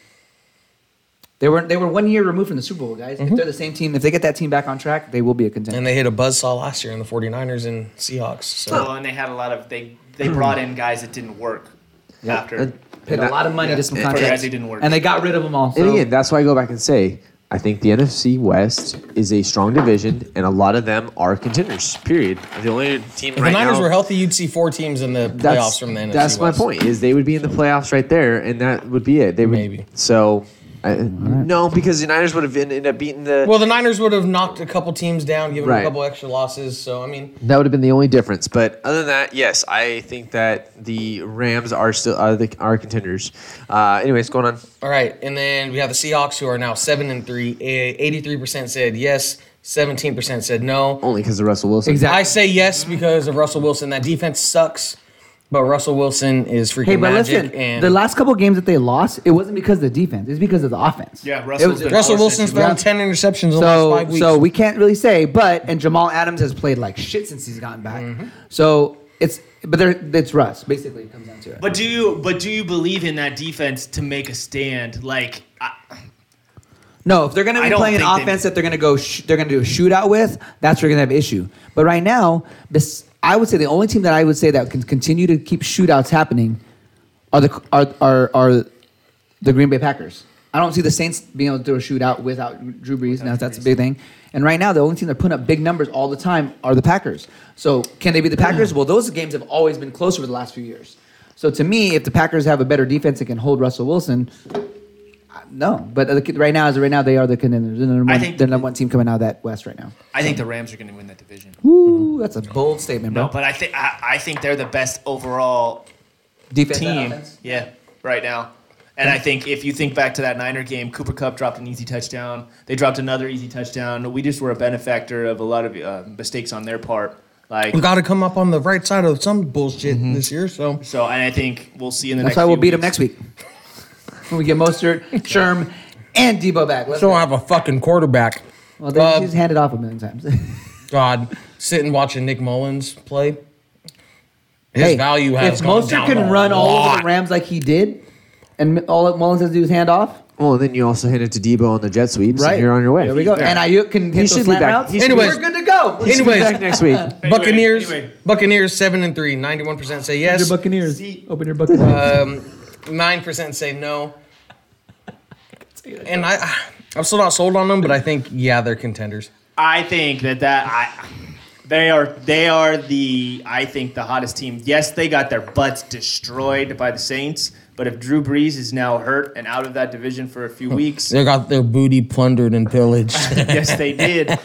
B: They were they were one year removed from the Super Bowl, guys.
E: Mm-hmm.
B: If they're the same team, if they get that team back on track, they will be a contender.
E: and they hit a buzzsaw last year in the 49ers and Seahawks. So
D: Well, Oh, and they had a lot of they they brought in guys that didn't work after.
G: And-
B: Paid
G: and
B: a lot of money
D: yeah,
B: to some
D: for guys
B: contracts,
D: who didn't work.
B: and they got rid of them all. So
G: And again, that's why I go back and say
C: I think the NFC West is a strong division, and a lot of them are contenders. Period. The only team
E: If
C: right
E: the Niners
C: now,
E: were healthy, you'd see four teams in the playoffs
C: that's,
E: from the NFC.
C: That's my
E: West.
C: point. Is they would be in the playoffs right there, and that would be it. They would,
E: Maybe.
C: So, I, no, because the Niners would have ended up beating the.
E: Well, the Niners would have knocked a couple teams down, given
C: Right.
E: a couple extra losses. So I mean,
C: That would have been the only difference. But other than that, yes, I think that the Rams are still are, the, are contenders. Uh, anyways, going on.
E: all right, and then we have the Seahawks, who are now seven and three. Eighty-three percent said yes, seventeen percent said no.
C: Only because of Russell Wilson.
B: Exactly.
E: I say yes because of Russell Wilson. That defense sucks, but Russell Wilson is freaking
B: Hey, but
E: magic.
B: listen,
E: and
B: the last couple games that they lost, it wasn't because of the defense. It's because of the offense.
A: Yeah,
B: It
A: Russell's
B: was-
A: been-
E: Russell Wilson's thrown
B: Yeah.
E: ten interceptions in the last
B: so
E: five weeks.
B: so we can't really say, but and Jamal Adams has played like shit since he's gotten back.
E: Mm-hmm.
B: So it's but there it's Russ basically it comes down to it.
D: But do you but do you believe in that defense to make a stand? Like I,
B: No, if they're going to
D: I
B: be
D: don't
B: playing an
D: think they-
B: offense that they're going to go, sh- they're going to do a shootout with. That's where you're going to have issue. But right now, this, I would say the only team that I would say that can continue to keep shootouts happening are the are are, are the Green Bay Packers. I don't see the Saints being able to do a shootout without Drew Brees. Now that's a big thing. And right now, the only team that putting up big numbers all the time are the Packers. So can they be the Packers? Well, those games have always been close over the last few years. So to me, if the Packers have a better defense and can hold Russell Wilson, no, but uh, the, right now, as of right now, they are the contenders. They're the number,
D: I
B: one,
D: think-
B: they're the number one team coming out of that West right now.
D: I think the Rams are going to win that division.
B: Woo, that's a bold statement, bro.
D: No, but I think I, I think they're the best overall
B: Defense and
D: team.
B: offense.
D: Yeah, right now. And I think if you think back to that Niner game, Cooper Cup dropped an easy touchdown. They dropped another easy touchdown. We just were a benefactor of a lot of uh, mistakes on their part. Like
E: we got to come up on the right side of some bullshit
B: Mm-hmm.
E: this year. So
D: so, and I think we'll see in the
B: That's
D: next.
B: why we'll
D: few
B: beat them next
D: weeks.
B: week when we get Mostert, Sherm, and Debo back. Let's
E: still
B: go.
E: don't have a fucking quarterback.
B: well, they
E: Uh,
B: just handed off a million times.
E: God, sitting watching Nick Mullins play. His
B: Hey,
E: value has
B: if
E: gone
B: Mostert
E: down
B: can
E: a
B: run all over
E: lot.
B: the Rams like he did, and m- all that Mullins has to do is hand off,
C: Well, and then you also hit it to Debo on the jet sweeps,
B: right?
C: and you're on your way.
B: There we go. And Ayuk can hit those
C: should be
B: slant
C: back.
B: routes.
C: He
E: should be Anyways.
B: we're good to go.
C: He's gonna be
E: Anyways.
C: back next week.
E: Buccaneers,
A: Anyway, anyway.
E: Buccaneers, seven and three, 91 percent say yes, Um,
B: Buccaneers, open your Buccaneers.
E: nine percent say no. And I, I'm still not sold on them, but I think yeah, they're contenders.
D: I think that that I, they are they are the I think the hottest team. Yes, they got their butts destroyed by the Saints, but if Drew Brees is now hurt and out of that division for a few weeks,
E: They got their booty plundered and pillaged.
D: yes they did.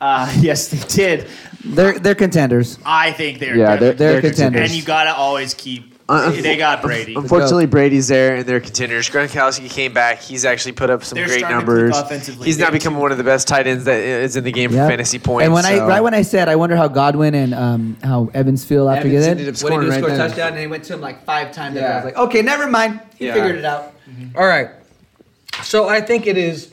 D: Uh, yes, they did.
B: they're they're contenders.
D: I think they're
C: Yeah, they're,
D: definitely-
B: They're
C: they're,
B: contenders.
D: and you gotta always keep.
C: Uh,
D: they got Brady.
C: Unfortunately, Brady's there, and they're contenders. Gronkowski came back. He's actually put up some
D: They're
C: great
D: starting to
C: numbers.
D: click offensively.
C: He's now
D: They're-
C: become one of the best tight ends that is in the game
B: Yep.
C: for fantasy points.
B: And when I
C: so-
B: right when I said I wonder how Godwin and um, how Evans feel after
C: Evans
B: getting
C: ended
B: it,
C: up scoring right
B: score a
C: then.
B: touchdown and he went to him like five times.
C: Yeah.
B: I was like, okay, never mind. He
C: Yeah.
B: figured it out.
E: All right. So I think it is.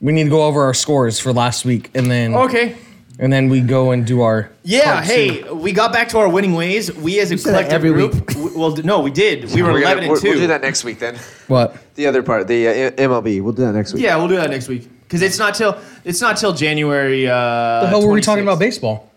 E: We need to go over our scores for last week, and then
D: Okay.
E: and then we go and do our
D: Yeah,
E: part two.
D: hey, we got back to our winning ways. We as a
B: said that
D: collective
B: every
D: group.
B: week.
D: w- Well, d- no, we did. We were
C: We're gonna-
D: 11 and
C: we'll-
D: 2.
C: We'll do that next week then.
E: What?
C: The other part, the uh, MLB. We'll do that next week.
D: Yeah, we'll do that next week. Because it's not till it's not till January. Uh,
E: the hell were we talking
D: 26th.
E: about baseball?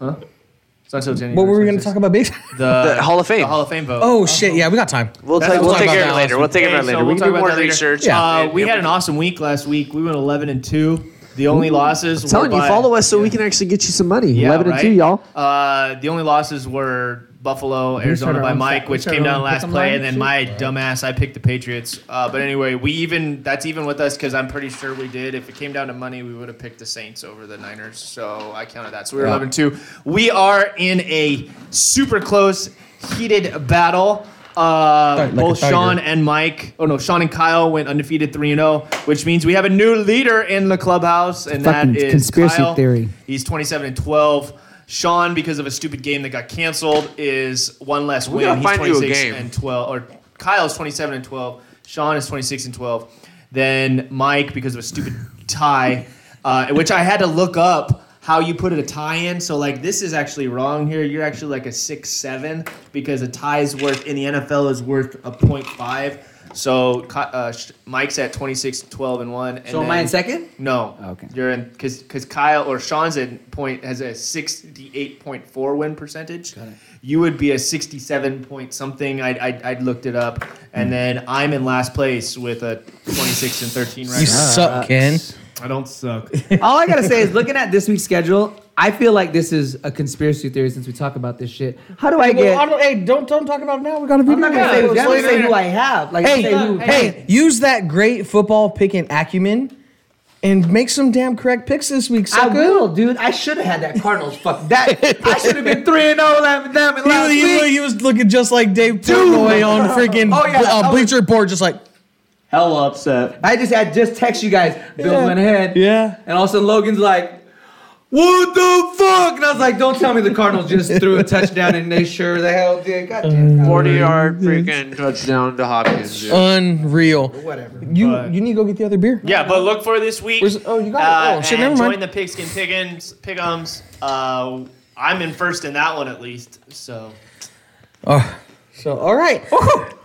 D: It's not till January.
E: What were we going to
D: 26th.
E: talk about baseball?
D: The,
C: The Hall of Fame.
D: Uh, The Hall of Fame vote.
E: Oh shit! Yeah, we got time.
C: We'll,
D: That's
C: take,
D: what
C: we'll
D: we'll
C: take
D: talk
C: care of
D: about
C: it
D: now.
C: later. We'll take
D: Okay,
C: care of it later.
D: so
C: we
D: we'll
C: can
D: talk
C: do
D: about
C: more
D: that later.
C: research.
E: Yeah.
D: Uh,
C: and-
D: we
C: and
D: had an awesome week last week. We went 11 and 2. The only losses.
C: I'm telling
D: were
C: you,
D: by-
C: follow us so we can actually get you some money.
D: Yeah,
C: 11
D: right?
C: and 2, y'all.
D: Uh, the only losses were Buffalo, Arizona
B: our
D: by
B: own
D: Mike,
B: side- we
D: which
B: started
D: came
B: our
D: down
B: own
D: last
B: pick'em
D: play,
B: line
D: and then
B: and
D: my dumbass, I picked the Patriots. Uh, but anyway, we even that's even with us because I'm pretty sure we did. If it came down to money, we would have picked the Saints over the Niners. So I counted that. So we were 11 2. We are in a super close, heated battle. Uh,
E: Fight like a
D: both
E: tiger.
D: Sean and Mike, oh no, Sean and Kyle went undefeated 3 0, which means we have a new leader in the clubhouse, and that
B: Fucking
D: is
B: conspiracy
D: Kyle.
B: theory.
D: He's 27 and 12. Sean, because of a stupid game that got canceled, is one less win.
H: gotta
D: He's
H: find you a
D: 26
H: game.
D: and 12. Or Kyle's 27 and 12. Sean is 26 and 12. Then Mike, because of a stupid tie, uh, which I had to look up how you put it a tie in. So, like, this is actually wrong here. You're actually like a 6 7 because a tie is worth, in the NFL, is worth a point five. So Ki- uh, Sh- Mike's at 26, 12, and one. And
B: So am I
D: then-
B: in second?
D: No.
E: Oh,
B: Okay.
D: You're in because because Kyle or Sean's at point has a sixty eight point four win percentage. You would be a sixty seven point something. I I I looked it up,
E: Hmm.
D: and then I'm in last place with a twenty six and thirteen
E: You
D: record.
E: suck, Ken.
I: I don't suck.
B: All I gotta say is, looking at this week's schedule, I feel like this is a conspiracy theory since we talk about this shit. How do I get?
E: Well, I don't, hey, don't don't talk about it now. We got a
B: I'm
E: video.
B: not gonna say, I'm
E: out.
B: not gonna say who I have. Like,
E: Hey,
B: say who,
E: hey, use that great football pick and acumen, and make some damn correct picks this week.
B: I
E: Sucker.
B: will, dude. I should have had that Cardinals. Fuck that. I should have been three and zero them them and
E: He,
B: last
E: was- he was-
B: week.
E: he was looking just like Dave Portnoy on freaking
B: Oh, yeah, I
E: uh,
B: was-
E: Bleacher Report, just like
J: Hell upset.
B: I just had just text you guys. Bill
E: Yeah.
B: went ahead.
E: Yeah.
B: And all of a sudden, Logan's like, "What the fuck?" And I was like, "Don't tell me the Cardinals just threw a touchdown and they sure the hell did." God damn.
E: Uh,
C: Forty yard
D: Mm-hmm.
C: freaking touchdown to Hopkins. dude.
E: unreal.
B: Whatever.
E: You you need to go get the other beer.
D: Yeah, but look for this week.
E: Where's- oh, you got it.
D: uh,
E: Oh, shit,
D: and
E: never mind.
D: Join the pigskin pickins, pickums. Uh, I'm in first in that one at least. So
E: So, all right.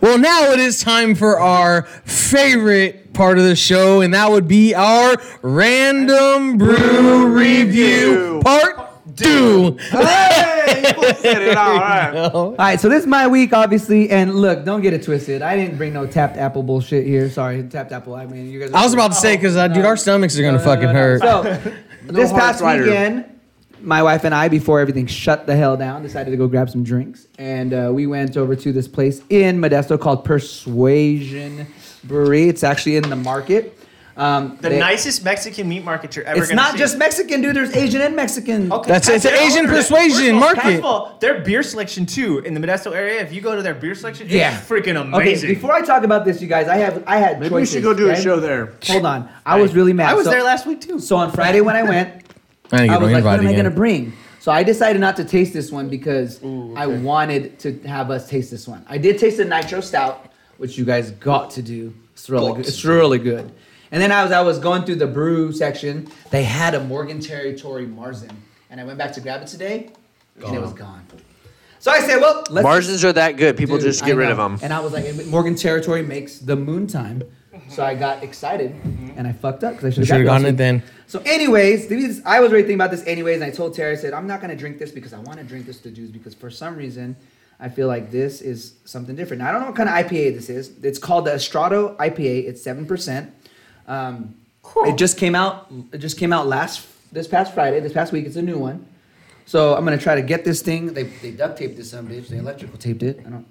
E: Well, now it is time for our favorite part of the show, and that would be our random brew review part two.
J: All right.
B: All right, so this is my week, obviously, and look, don't get it twisted. I didn't bring no tapped apple bullshit here. Sorry, tapped apple. I mean, you guys.
E: I was about to say because uh, dude, our stomachs are gonna fucking hurt.
B: So, this
C: hard
B: past
C: rider.
B: weekend, my wife and I, before everything shut the hell down, decided to go grab some drinks. And uh, we went over to this place in Modesto called Persuasion Brewery. It's actually in the market. Um,
D: the
B: they-
D: nicest Mexican meat market you're ever.
B: It's
D: gonna
B: not
D: see.
B: just Mexican, dude. There's Asian and Mexican.
D: Okay,
E: That's-
D: pass
E: it's an
D: it
E: Asian
D: over.
E: persuasion
D: First of all,
E: market.
D: First of all, their beer selection too in the Modesto area. If you go to their beer selection,
B: Yeah.
D: it's freaking amazing.
B: Okay, before I talk about this, you guys, I have I had
C: Maybe we
B: choices.
C: should go do a
B: okay?
C: show there.
B: Hold on, I was really mad.
D: I was
B: So-
D: there last week too.
B: So on Friday when I went,
E: I ain't
B: I was
E: gonna
B: like, what
E: invite
B: am I gonna
E: again.
B: bring? So I decided not to taste this one because I wanted to have us taste this one. I did taste the nitro stout, which you guys got to do. It's really good. It's really good. And then as I was going through the brew section, they had a Morgan Territory Marzen, and I went back to grab it today, and it was gone. So I said, well, let's
C: Margins are that good. People
B: Dude,
C: just
B: I
C: get rid of
B: know.
C: them.
B: And I was like, and Morgan Territory makes the moon time. So I got excited
C: Mm-hmm.
B: and I fucked up because I should
E: should've
B: have
E: gotten it then.
B: So, anyways, the reason- I was already thinking about this anyways, and I told Terry, I said, I'm not going to drink this because I want to drink this to Jews because for some reason, I feel like this is something different. Now, I don't know what kind of IPA this is. It's called the Estrado IPA. It's 7%. Um, It just came out. It just came out last this past Friday. This past week, it's a new one. So I'm gonna try to get this thing. They, they duct taped this some bitch. They electrical taped it. I don't.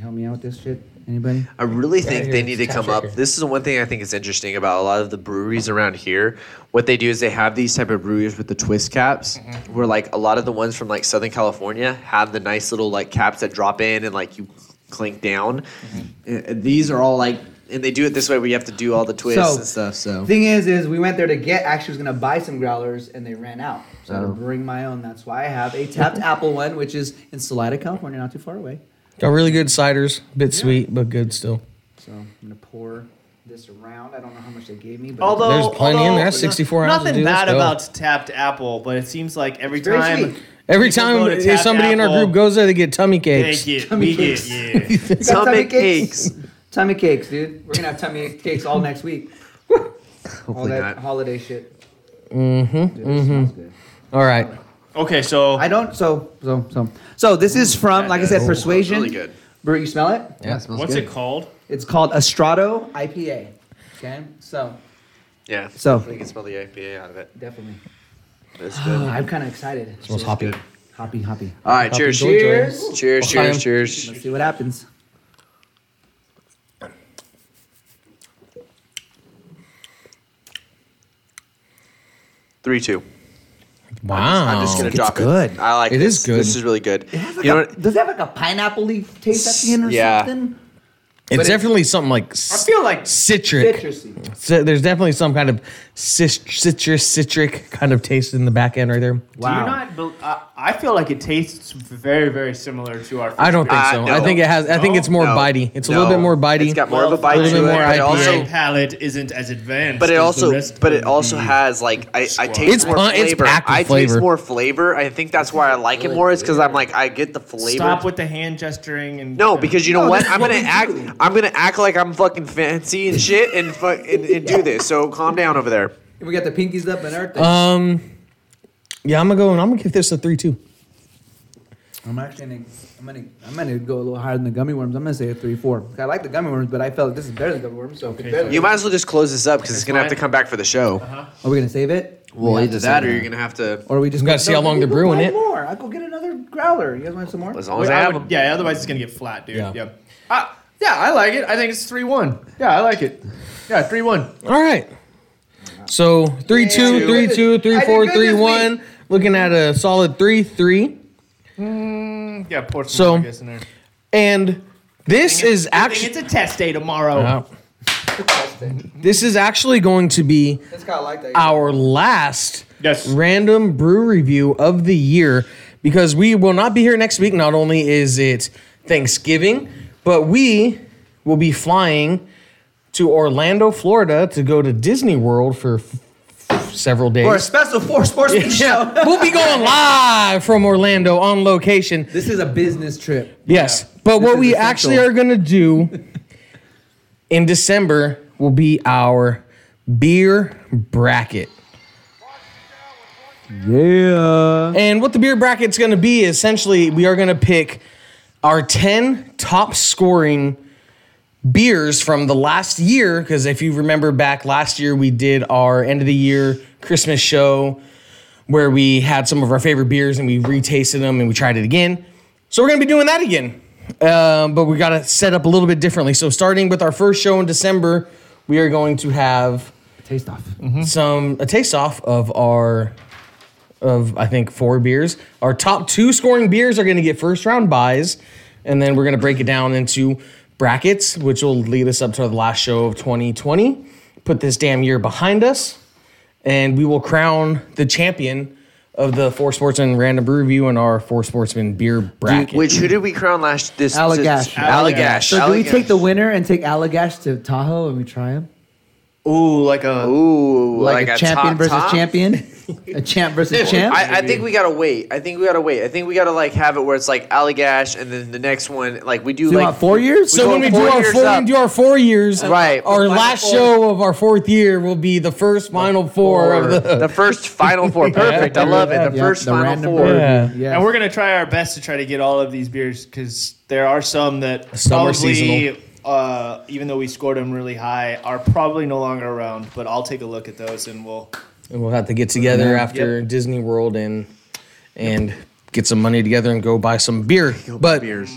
B: Help me out with this shit. Anybody?
C: I really think
E: here,
C: they need to
E: tap
C: come
E: right
C: up.
E: here.
C: This is one thing I think is interesting about a lot of the breweries around here. What they do is they have these type of breweries with the twist caps,
B: Mm-hmm.
C: where like a lot of the ones from like Southern California have the nice little like caps that drop in and like you clink down.
B: Mm-hmm.
C: Uh, These are all like, and they do it this way where you have to do all the twists
B: So,
C: and stuff. So
B: Thing is, is we went there to get. Actually, was gonna buy some growlers, and they ran out. So I had to
C: Oh.
B: bring my own. That's why I have a tapped apple one, which is in Salida, California, not too far away.
E: Got really good ciders, bit sweet but good still.
B: So I'm gonna pour this around. I don't know how much they gave me, but
D: Although
E: There's plenty in
D: although,
E: there, 64 ounces,
D: Nothing
E: dude, let's
D: bad
E: go.
D: about tapped apple, but it seems like every
B: very
D: time
B: sweet.
E: Every
D: people
E: time
D: go to
E: if
D: Tapped
E: somebody in our
D: Apple,
E: group goes there, they get tummy
D: they
E: cakes.
D: get, we get, yeah.
B: You got
C: Tummy cakes.
B: tummy cakes, dude. We're gonna have tummy cakes all next week. all that
C: not.
B: holiday shit.
E: Mm-hmm.
B: Dude, this smells good.
E: All right.
D: okay, so
B: I don't. So so so so. This is from, like I said, Persuasion.
C: Mm, really good.
B: Brew, you smell it?
E: Yeah.
D: what's it called?
B: It's called Estrado IPA. Okay, so
C: Yeah.
B: So-
C: I can smell the IPA out of it.
B: definitely. Uh,
C: It's good.
B: I'm kind of excited.
E: Smells hoppy.
B: Hoppy, hoppy.
C: All right, cheers,
E: Joy, Joy.
C: cheers, cheers,
E: Ohio.
C: cheers, cheers.
B: Let's see what happens.
C: Three, two.
E: Wow.
C: I'm just gonna
E: Oh, It's
C: drop
E: good.
C: it. I like
E: It
C: this.
E: is good.
C: This is really good.
B: Like
C: you know
B: a-
C: what?
B: does it have like a pineapple leaf taste at the end or
C: Yeah.
B: something?
E: It's definitely something like
D: I feel like
E: citric.
B: Citrusy.
E: So there's definitely some kind of cit- citrus, citric kind of taste in the back end right there.
D: do you not? bel I I feel like it tastes very very similar to our. First
E: I don't think
C: Uh,
E: so.
C: no.
E: I think it has. I think
D: No?
E: it's more
C: No.
E: bitey. It's a
C: No.
E: little bit more bitey.
C: It's got more of a
D: Well,
C: bite
D: a
E: little
C: to
E: bit
C: it.
E: more
C: but it
E: IPA.
C: also,
D: palate isn't as advanced.
C: but it
D: as the
C: also,
D: rest
C: but
D: of
C: it also
D: the-
C: has like I, I taste
E: It's
C: more
E: pun- it's
C: flavor.
E: active
C: I
E: flavor.
C: taste more flavor. I think that's why I like it more. Is because I'm like I get the flavor.
D: Stop with the hand gesturing and
C: No, because you know what? I'm gonna act. I'm gonna act like I'm fucking fancy and shit and fuck and, and do this. So calm down over there.
B: We got the pinkies up and everything.
E: Um, yeah, I'm gonna go and I'm gonna give this a three two.
B: I'm actually gonna, I'm gonna, I'm gonna go a little higher than the gummy worms. I'm gonna say a three, four. I like the gummy worms, but I felt like this is better than gummy worms. So,
C: You might as well just close this up because it's gonna have to come back for the show.
D: Uh-huh.
B: are we gonna save it?
C: Well,
B: We have
C: either
B: to
C: that
B: save
C: or
B: it.
C: you're gonna have to.
B: or are we just
E: We gotta see how long they're
B: people
E: brewing
B: buy
E: it.
B: More. I go get another growler. You guys want some more?
C: As long as I
K: I
C: have
K: would-
C: them.
K: yeah, otherwise it's gonna get flat, dude.
E: Yeah.
K: Yeah. Ah, yeah, I like it. I think it's three one. Yeah, I like it. Yeah, three one.
E: All right. So three two, three two, three
B: I
E: four,
B: did good
E: three
B: this
E: one. Looking at a solid three three.
K: Yeah, pour some
E: So-
K: I guess in there.
E: And this is
K: I think
E: actually
K: it's a test day tomorrow.
E: this is actually going to be
B: That's kind of like that.
E: our last
K: Yes.
E: random brew review of the year because we will not be here next week. Not only is it Thanksgiving, but we will be flying to Orlando, Florida to go to Disney World for f- f- several days.
B: For a special four sports show.
E: we'll be going live from Orlando on location.
B: This is a business trip.
E: Yes. But
B: This
E: what
B: is
E: we
B: essential.
E: actually are going to do in December will be our beer bracket.
B: Yeah.
E: And what the beer bracket's going to be essentially, we are going to pick our 10 top scoring beers from the last year. Because if you remember back last year, we did our end of the year Christmas show where we had some of our favorite beers and we retasted them and we tried it again. So we're going to be doing that again. Um, but we got to set up a little bit differently. So starting with our first show in December, we are going to have
B: Taste off.
E: Mm-hmm. some a taste off of our of I think four beers. Our top two scoring beers are going to get first round buys, and then we're going to break it down into brackets, which will lead us up to the last show of 2020. Put this damn year behind us, and we will crown the champion of the Four Sports and Random Brew Review and our Four Sportsmen beer bracket.
C: Which who did we crown last? This
B: Allagash.
C: Allagash.
B: So do we take the winner and take Allagash to Tahoe and we try him?
K: Ooh, like uh, a
C: ooh
B: Like, a, champion
C: top,
B: versus
C: top?
B: champion? a champ versus champ?
C: I, I think we gotta wait. I think we gotta wait. I think we gotta like have it where it's like Allagash, and then the next one, like we do
B: you
C: like
B: want four years?
E: so
C: go
E: when we do
C: four
E: our
C: years
E: four,
C: up.
E: we do our four years,
C: Right. Final
E: Our last
C: four.
E: show of our fourth year will be the first final
C: Or
E: four of the
C: the first final four. Perfect. I love it. The
B: Yeah,
C: first
B: the
C: final
B: random
C: four.
B: bird.
E: Yeah.
B: Yes.
K: And we're gonna try our best to try to get all of these beers because there are some that
E: Some are seasonal.
K: probably, uh, even though we scored them really high, are probably no longer around. But I'll take a look at those and we'll.
E: And we'll have to get together after Disney World and and get some money together and go buy some beer. But
C: Beers.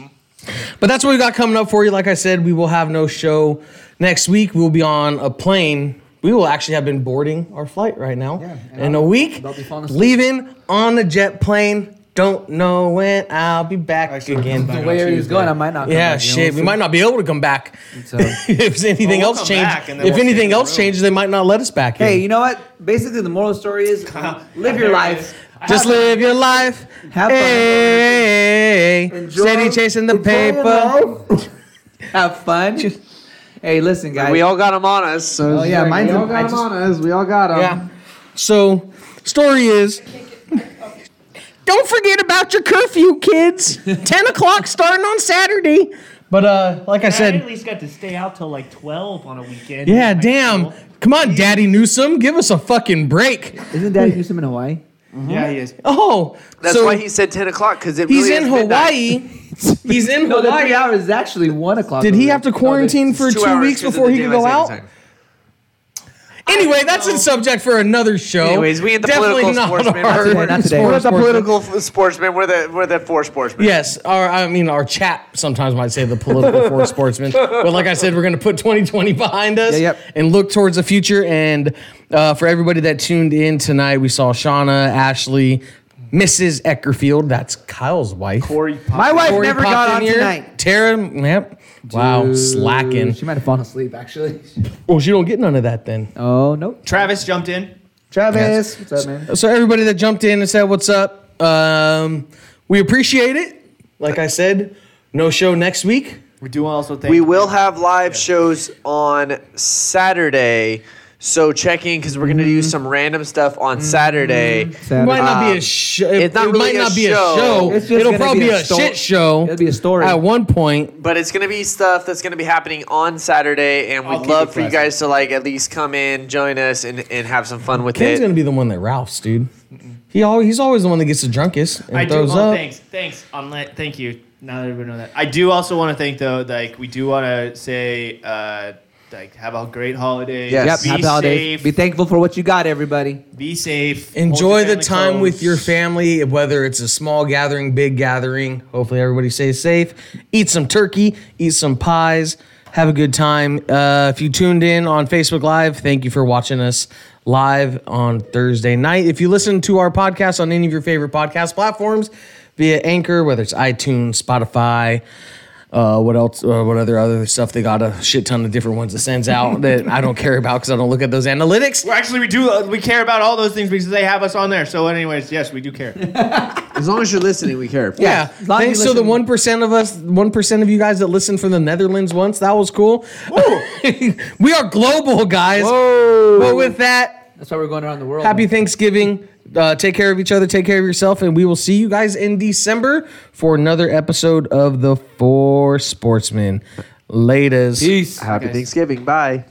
E: but that's what we got coming up for you. Like I said, we will have no show next week. We'll be on a plane. We will actually have been boarding our flight right now.
B: Yeah, and
E: In a
B: I'll-
E: week,
B: I'll be falling asleep.
E: leaving on a jet plane. Don't know when I'll be back again.
B: the way everything's going, I might not. come
E: Yeah,
B: back, you know,
E: shit. We
B: so-
E: might not be able to come back
B: So-
E: if anything
K: Well, we'll
E: else
K: come
E: changes.
K: back and then
E: If
K: we'll stay in
E: anything
K: the
E: else
K: room.
E: changes, they might not let us back.
B: Hey,
E: in.
B: you know what? Basically, the moral of the story is live your life.
E: Just live your life.
B: Have fun.
E: Hey, steady chasing the
B: enjoy your
E: paper.
B: life. Have fun. Hey, listen, guys.
C: We all got them on us. So
B: oh, yeah, mine's
G: we all
B: in, I
G: got them
B: just-
G: on us. We all got them.
E: Yeah. So, story is. Don't forget about your curfew, kids. Ten o'clock starting on Saturday. But uh, like I
L: at
E: said,
L: least got to stay out till like 12 on a weekend.
E: yeah,
L: Like,
E: damn.
L: cool.
E: Come on, Daddy Newsom, give us a fucking break.
B: Isn't Daddy Newsom in Hawaii?
K: Yeah, he is.
E: Oh,
C: that's
E: so
C: why he said ten o'clock because it.
E: he's
C: really
E: in
C: is midnight.
E: Hawaii. He's in
B: No, the three
E: Hawaii.
B: hours is actually one o'clock.
E: Did he
B: over
E: have to
B: there. No,
E: quarantine for
C: It's
E: two,
C: hours
E: weeks
C: 'cause of
E: before
C: the
E: he could
C: daylight
E: go out?
C: saving time.
E: Anyway, that's a subject for another show.
C: Anyways, we ain't the political sportsman.
E: our-
C: Not today,
B: not today.
E: sports-
B: We're
C: We're the
E: sportsman.
C: political f- sportsmen. We're the we're the four sportsmen.
E: Yes, our I mean our chat sometimes might say the political for sportsman, but like I said, we're gonna put 2020 behind us
B: Yeah, yep.
E: and look towards the future. And uh, for everybody that tuned in tonight, we saw Shauna, Ashley, Mrs. Eckerfield. That's Kyle's wife.
K: Corey Pop-
B: My wife
E: Corey
B: never
E: popped
B: got
E: in
B: on
E: here.
B: tonight.
E: Tara, yep. Wow,
B: Dude,
E: slacking.
B: She might have fallen asleep, actually.
E: Well, she don't get none of that then.
B: Oh, nope.
K: Travis jumped in.
B: Travis,
E: Yes.
B: what's up, man?
E: So everybody that jumped in and said what's up, um, we appreciate it. Like I said, no show next week.
K: We do also think
C: We will have live shows on Saturday. So check in because we're gonna do some random stuff on Saturday.
E: It might not be
C: Um,
E: a show.
C: it's
E: It,
C: not
E: it
C: really
E: might
C: a
E: not be a
C: show.
E: show.
B: It's just
E: It'll
B: gonna
E: probably
B: be
E: be
B: a
E: a,
B: sto-
E: shit show.
B: it'll be a story.
E: At one point,
C: But it's gonna be stuff that's gonna be happening on Saturday, and we'd
M: keep
C: love
M: it
C: for you
M: classy.
C: guys to like at least come in, join us, and, and have some fun with
E: Ken's
C: it.
E: gonna be the one that Ralphs, dude. He always, he's always the one that gets the drunkest and
D: I do.
E: throws
D: Oh,
E: up.
D: thanks, thanks. Um, let- thank you. Now that everyone know that, I do also want to thank though. Like we do want to say, uh, like have a great holiday.
C: Yes.
D: be
B: Yep, happy holidays.
D: safe.
B: Be thankful for what you got, everybody.
D: Be safe.
E: Enjoy
D: Hold your
E: the
D: family
E: time with
D: close.
E: your family, whether it's a small gathering, big gathering. Hopefully, everybody stays safe. Eat some turkey, eat some pies, have a good time. Uh, if you tuned in on Facebook Live, thank you for watching us live on Thursday night. If you listen to our podcast on any of your favorite podcast platforms via Anchor, whether it's iTunes, Spotify, uh, what else? Uh, what other other stuff? They got a shit ton of different ones that sends out that I don't care about because I don't look at those analytics.
D: Well, actually, we do. Uh, we care about all those things because they have us on there. So, anyways, yes, we do care.
N: As long as you're listening, we care.
E: Yeah.
B: As long as
E: Thanks
B: you
E: to the
B: listen-
E: one percent of us, one percent of you guys that listened from the Netherlands once. That was cool. we are global, guys. But with that,
B: That's why we're going around the world.
E: happy Thanksgiving. Uh, take care of each other. Take care of yourself, and we will see you guys in December for another episode of the Four Sportsmen. Latest.
B: Peace.
N: Happy Thanksgiving. Bye.